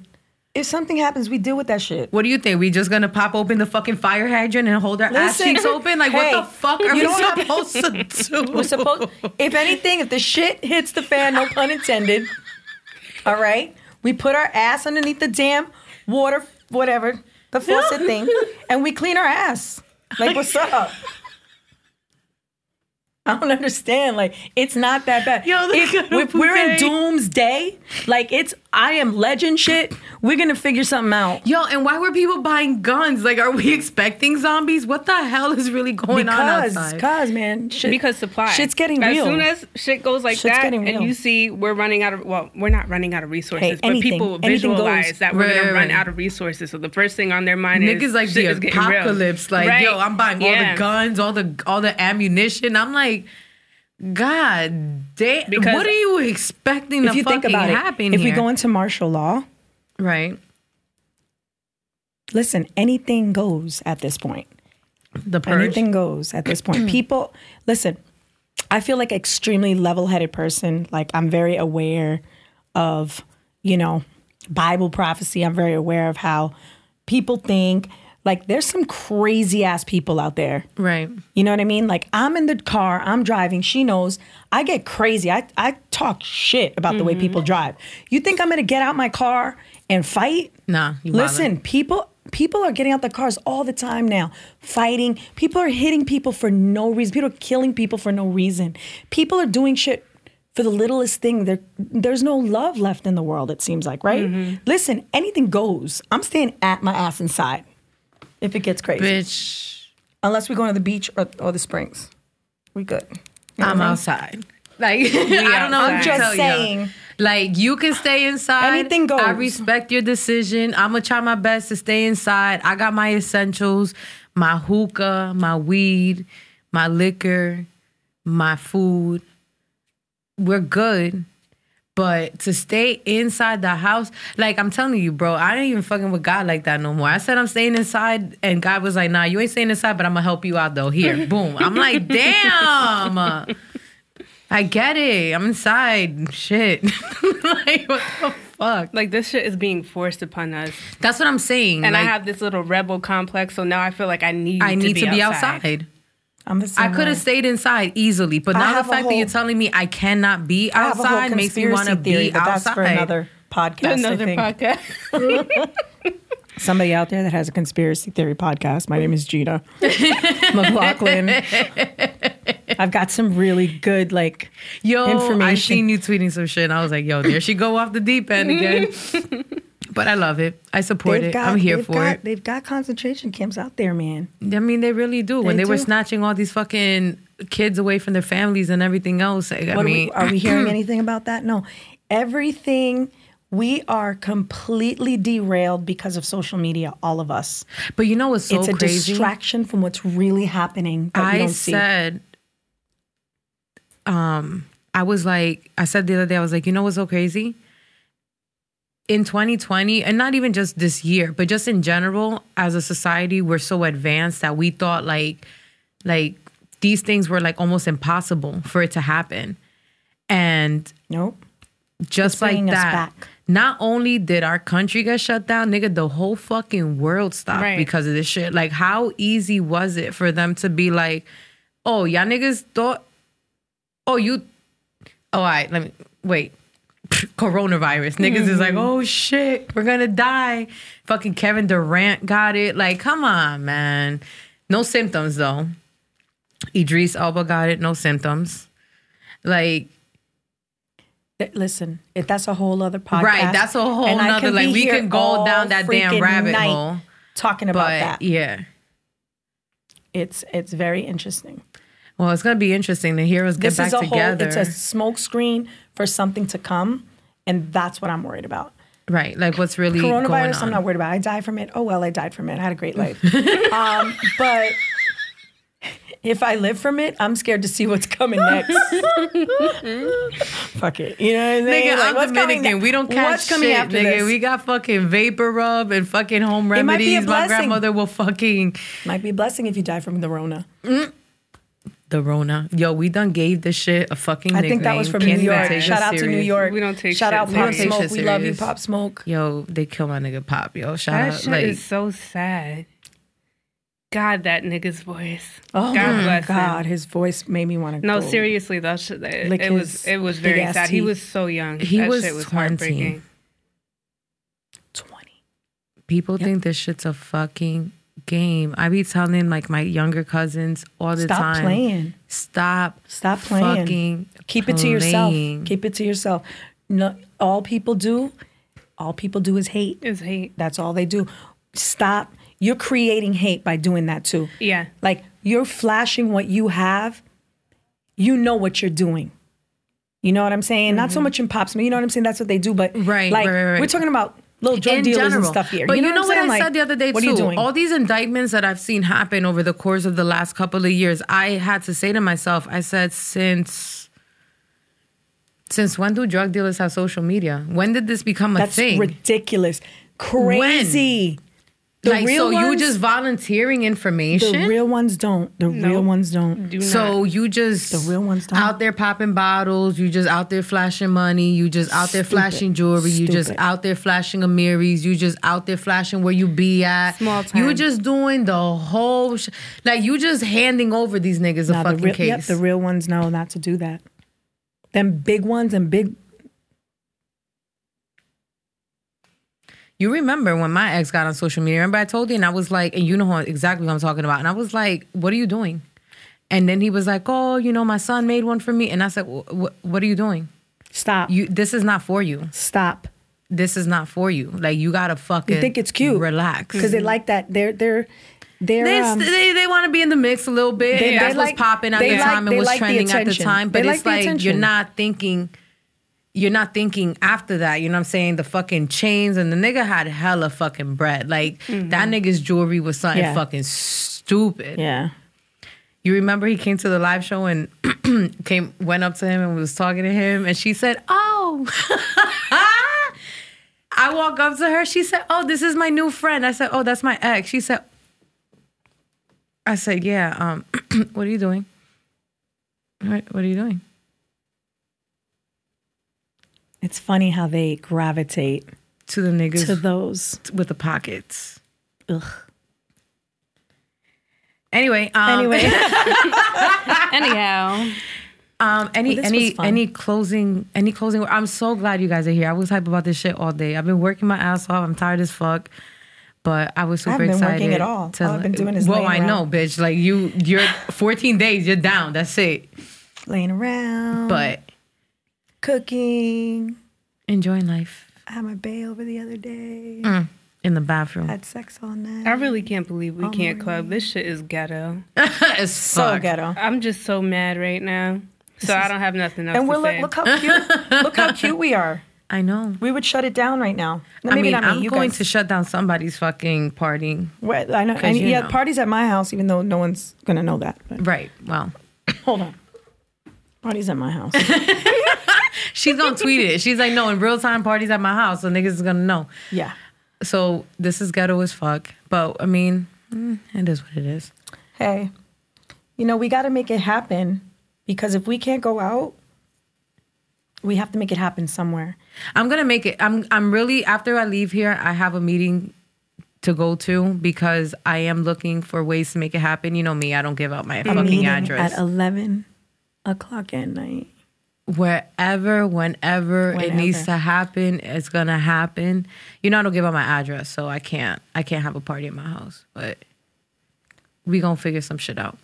If something happens, we deal with that shit.
What do you think? We just gonna pop open the fucking fire hydrant and hold our ass
Listen,
cheeks open? Like
hey,
what the fuck are
you
we
don't have-
supposed to do?
We're supposed, if anything, if the shit hits the fan, no pun intended. All right, we put our ass underneath the damn water, whatever the faucet thing, and we clean our ass. Like, what's up? I don't understand. Like, it's not that bad.
Yo, look
If-
at
if we're in
Bouvet.
doomsday, like it's I am legend shit. We're gonna figure something out.
Yo, and why were people buying guns? Like, are we expecting zombies? What the hell is really going on
Because,
outside?
cause man, shit,
because supply
shit's getting
as
real.
soon as shit goes like
Shit's
that
getting
and
real.
you see we're running out of well we're not running out of resources
Hey,
but
anything-
people
anything
visualize
goes.
that we're
Right,
gonna
right,
run
right.
out of resources so the first thing on their mind
Niggas
is
like
shit
the
is getting real.
apocalypse. Like,
Right.
yo, I'm buying all
Yeah.
the guns, all the all the ammunition. I'm like, God damn,
Because-
what are you expecting
if
to
you
fucking
think about
happen
it, if
here?
we go into martial law,
right,
listen, anything goes at this point.
the purge.
Anything goes at this point. People, listen, I feel like extremely level-headed person. Like I'm very aware of, you know, Bible prophecy. I'm very aware of how people think. Like there's some crazy ass people out there.
right.
You know what I mean? Like I'm in the car, I'm driving, she knows. I get crazy. I, I talk shit about the way people drive. You think I'm gonna get out my car and fight?
Nah, you wildin'.
Listen, people people are getting out the cars all the time now, fighting. People are hitting people for no reason. People are killing people for no reason. People are doing shit for the littlest thing. There there's no love left in the world, it seems like, right?
Mm-hmm.
Listen, anything goes. I'm staying at my ass inside if it gets crazy.
Bitch.
Unless we go to the beach or, or the springs. We good.
I'm outside. Like I don't know. what
outside.
to
I'm just
tell
saying.
You. Like you can stay inside.
Anything goes.
I respect your decision. I'm gonna try my best to stay inside. I got my essentials, my hookah, my weed, my liquor, my food. We're good. But to stay inside the house, like I'm telling you, bro, I ain't even fucking with God like that no more. I said I'm staying inside, and God was like, "Nah, you ain't staying inside, but I'm gonna help you out though." Here, boom. I'm like, "Damn, I get it. I'm inside. Shit, like what the fuck?
Like this shit is being forced upon us,
That's what I'm saying.
and
like,
I have this little rebel complex. So now I feel like I need.
I need
to be, outside.
I'm the same
I could have stayed inside easily, but now the
Uh-huh. have a
fact that
whole-
you're telling me I cannot be
I have a whole
outside makes me want to
conspiracy theory,
be
but
outside.
That's for another podcast. I
Another
think.
podcast.
Somebody out there that has a conspiracy theory podcast. My name is Gina McLaughlin. I've got some really good like
Yo, I
information.
seen you tweeting some shit, and I was like, "Yo, there she go off the deep end again." but I love it. I support it. I'm here
they've
for
got,
it.
They've got concentration camps out there, man.
I mean, they really do. when
They
they were
do.
snatching all these fucking kids away from their families and everything else, like, I
What are,
mean,
we, are we hearing anything about that? No. Everything we are completely derailed because of social media. All of us.
but you know what's so
it's a
crazy?
distraction from what's really happening that we
I
don't see.
said, um, I was like, I said the other day, I was like, you know what's so crazy? In 2020, and not even just this year, but just in general, as a society, we're so advanced that we thought like, like these things were like almost impossible for it to happen, and
Nope.
just like
bringing us
that.
back.
Not only did our country get shut down, nigga, the whole fucking world stopped
Right.
because of this shit. Like, how easy was it for them to be like, oh, y'all niggas thought, oh, you, oh, all right, let me, wait. Coronavirus. Niggas is
Mm-hmm.
like, oh shit, we're gonna die. Fucking Kevin Durant got it. Like, come on, man. No symptoms though. Idris Elba got it, no symptoms. Like,
Th- Listen, if that's a whole other podcast.
Right, that's a whole
and I
nother-
can
like,
be
we
here
can go
all
down that damn
freaking
rabbit
night
hole.
talking
but
about that.
yeah.
It's it's very interesting.
Well, it's gonna be interesting to hear us get
This
back
is a
together.
whole. It's a smokescreen for something to come, and that's what I'm worried about.
right, like what's really going
Coronavirus,
on?
I'm not worried about. I died from it. Oh well, I died from it. I had a great life. um, but if I live from it, I'm scared to see what's coming next. Fuck it. You know what I mean?
Nigga,
Like,
I'm
what's coming
Dominican.
ne-
We don't catch
What's coming
shit,
after
nigga.
this?
We got fucking vapor rub and fucking home
might be
remedies.
a
My
blessing.
grandmother will fucking
Might be a blessing if you die from the Rona.
the Rona. Yo, we done gave this shit a fucking.
I think that was from
nickname.
New
Can't even
York.
take us
Shout out to New
serious.
York.
We don't take
Shout
shit
out Pop
serious. We don't take
Smoke.
shit
We love you,
serious.
Pop Smoke.
Yo, they kill my nigga Pop. Yo, shout
That
out.
shit
Uh, Like,
is so sad. God, that nigga's voice.
Oh
God
my
bless him.
God, his voce made me want to.
No,
go.
seriously, that shit. It,
Lick
it
his
was. It was very
big-ass
sad. He
teeth.
was so young.
He
that
was
shit was
20.
heartbreaking.
Twenty.
people think this shit's a fucking game. I be telling like my younger cousins all the
Stop
time.
playing.
Stop.
Stop playing.
Fucking
Keep it to yourself.
playing.
Keep it to yourself. No, all people do, all people do is hate.
It was hate.
That's all they do. Stop. You're creating hate by doing that too.
Yeah.
Like you're flashing what you have. You know what you're doing. You know what I'm saying? Not so much in pop smoke. You know what I'm saying? That's what they do. But
Mm-hmm. Right,
like
right, right, right.
we're talking about little drug dealers and stuff here.
But you know,
I'm
what,
saying?
I
Like,
said the other day
What
too.
are you doing?
All these indictments that I've seen happen over the course of the last couple of years, I had to say to myself, I said, since since when do drug dealers have social media? When did this become a
That's
thing?
ridiculous. Crazy. The
like
real
so you
ones-
just volunteering information.
The real ones don't. The real ones don't.
Do
so you just
The real ones don't.
out there popping bottles, you just out there flashing money, you just out there
Stupid.
flashing jewelry, you just
Stupid.
out there flashing Amiris, you just out there flashing where you be at.
Small
You
time.
just doing the whole sh- like you just handing over these niggas
Nah,
a
the
fucking
real,
case.
Yep, the real ones know not to do that. Them big ones and big.
You remember when my ex got on social media? Remember I told you, and I was like, and you know who- exactly what I'm talking about. And I was like, what are you doing? And then he was like, oh, you know, my son made one for me, and I said, "Wh- wh- what are you doing?
Stop.
You this is not for you.
Stop.
This is not for you. Like you gotta fucking.
You think it's cute?
Relax.
Because they like that. They're they're they're.
They,
um,
they, they want to be in the mix a little bit.
They-
That's
they
what's
like-
popping at
they
the
like-
time and
they
what's
like the
trending at the
attention.
time. But
They
it's
like
like
the
you're
attention.
not thinking. You're not thinking after that. You know what I'm saying? The fucking chains and the nigga had hella fucking
Mm-hmm.
bread. Like that nigga's jewelry was something
Yeah.
fucking stupid.
yeah.
You remember he came to the live show and came went up to him and was talking to him, and she said, "Oh." I walk up to her. She said, "Oh, this is my new friend." I said, "Oh, that's my ex." She said, "I said, yeah. Um, what are you doing? What what are you doing?"
It's funny how they gravitate
To the niggas
to those.
with the pockets.
Ugh.
Anyway, um,
Anyway,
Anyhow,
Um, any
Well, Oh, this was
any
fun.
any closing any closing. I'm so glad you guys are here. I was hype about this shit all day. I've been working my ass off. I'm tired as fuck, but I was super
haven't been
excited.
working at all.
to-
All I've been doing is
well, I
laying
know, bitch. Like you, you're 14 days. You're down. That's it.
Mm-hmm. laying around,
But
cooking.
enjoying life
I had my bay over the other day.
Mm. in the bathroom.
Had sex all night.
I really can't believe we can't club. This shit is ghetto.
It's
So
so good.
ghetto.
I'm just so mad right now. So I don't have nothing else
And we're
to
like,
say.
look how cute. look how cute we are.
I know.
We would shut it down right now. No,
I
maybe
mean,
not me,
I'm
you
going
guys.
to shut down somebody's fucking party.
Well, I know. And
you
yeah,
know.
parties at my house, even though no one's gonna know that. But
Right. Well,
hold on. Parties at my house.
she's gonna tweet it. She's like, no, in real time parties at my house, so niggas is gonna know.
yeah.
So this is ghetto as fuck, but I mean, mm, it is what it is.
Hey, you know we got to make it happen because if we can't go out, we have to make it happen somewhere.
I'm gonna make it. I'm I'm really after I leave here, I have a meeting to go to because I am looking for ways to make it happen. You know me, I don't give out my fucking
Meeting
address.
at eleven o'clock at night.
Wherever, whenever, it needs
Whenever.
to happen, it's gonna happen. You know, I don't give out my address, so I can't I can't have a party at my house. But we gonna figure some shit out.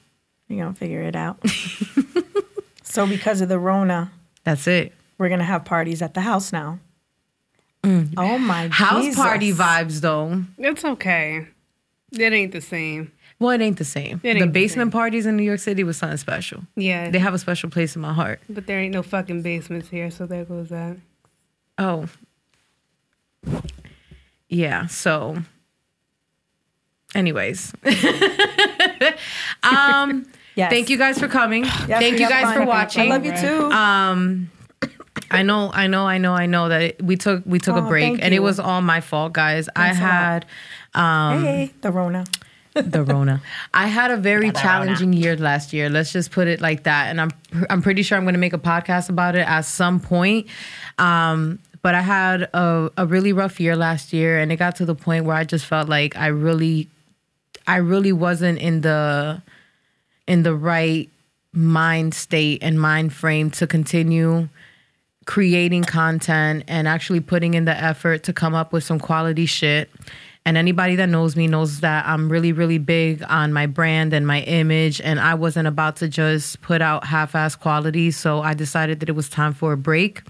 We're gonna figure it out. so because of the Rona,
That's it.
we're gonna have parties at the house now. Oh my
Mm. House
Jesus.
party vibes though.
it's okay. It ain't the same.
Well, it ain't the same.
It ain't
the
the
basement parties in New York City was something special.
Yeah.
They have a special place in my heart.
but there ain't no fucking basements here, so there goes that.
Oh. Yeah, so anyways. um
Yes.
thank you guys for coming.
Yes,
thank
we
you
had
guys for
fun.
watching.
I love you too.
Um I know, I know, I know, I know that it, we took we took a
Aw,
break
Oh, thank
and it
you.
was all my fault, guys.
Thanks a
I
lot.
had um
hey, the Rona.
the Rona. I had a very challenging year last year. Let's just put it like that. And I'm I'm pretty sure I'm going to make a podcast about it at some point. Um, but I had a, a really rough year last year, and it got to the point where I just felt like I really, I really wasn't in the in the right mind state and mind frame to continue creating content and actually putting in the effort to come up with some quality shit. And anybody that knows me knows that I'm really, really big on my brand and my image. And I wasn't about to just put out half ass quality. So I decided that it was time for a break.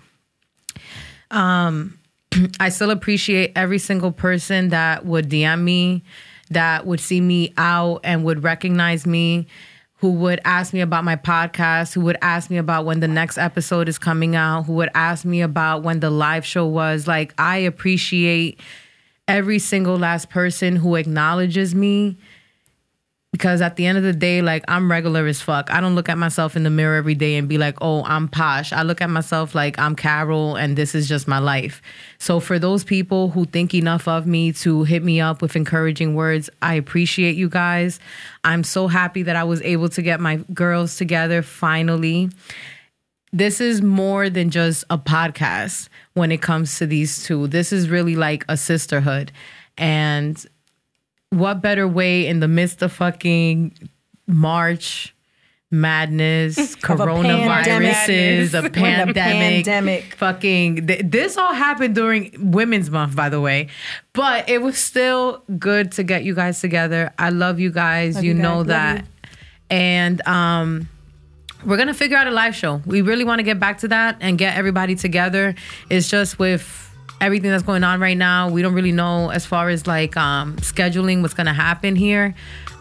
I still appreciate every single person that would DM me, that would see me out and would recognize me, who would ask me about my podcast, who would ask me about when the next episode is coming out, who would ask me about when the live show was. Like, I appreciate every single last person who acknowledges me because at the end of the day, like I'm regular as fuck. I don't look at myself in the mirror every day and be like, oh, I'm posh. I look at myself like I'm Carol and this is just my life. So for those people who think enough of me to hit me up with encouraging words, I appreciate you guys. I'm so happy that I was able to get my girls together finally this is more than just a podcast when it comes to these two. This is really like a sisterhood. And what better way in the midst of fucking March madness, coronaviruses, a pandemic,
When the pandemic.
fucking th- this all happened during Women's Month, by the way. But it was still good to get you guys together. I love you guys. you,
you guys.
know
Love
that. And um we're gonna figure out a live show. We really want to get back to that and get everybody together. It's just with everything that's going on right now, we don't really know as far as like um, scheduling what's gonna happen here.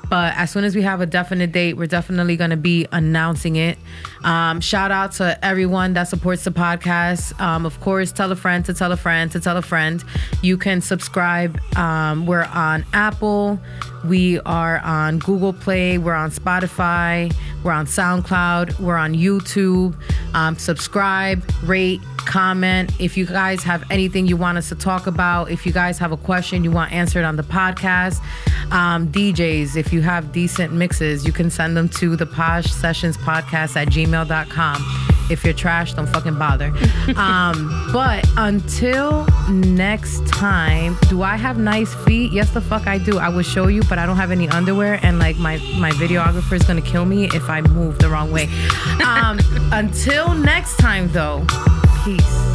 But as soon as we have a definite date, we're definitely going to be announcing it. Um, shout out to everyone that supports the podcast. Um, of course, tell a friend to tell a friend to tell a friend. You can subscribe. Um, we're on Apple. We are on Google Play. We're on Spotify. We're on SoundCloud. We're on YouTube. Um, subscribe, rate, comment. If you guys have anything you want us to talk about, if you guys have a question you want answered on the podcast, um, DJs, if you have decent mixes, you can send them to the Posh Sessions Podcast at gmail.com. If you're trash, don't fucking bother. um, but until next time, do I have nice feet? Yes, the fuck I do. I will show you, but I don't have any underwear, and like my my videographer is gonna kill me if I move the wrong way. Um, until next time, though, peace.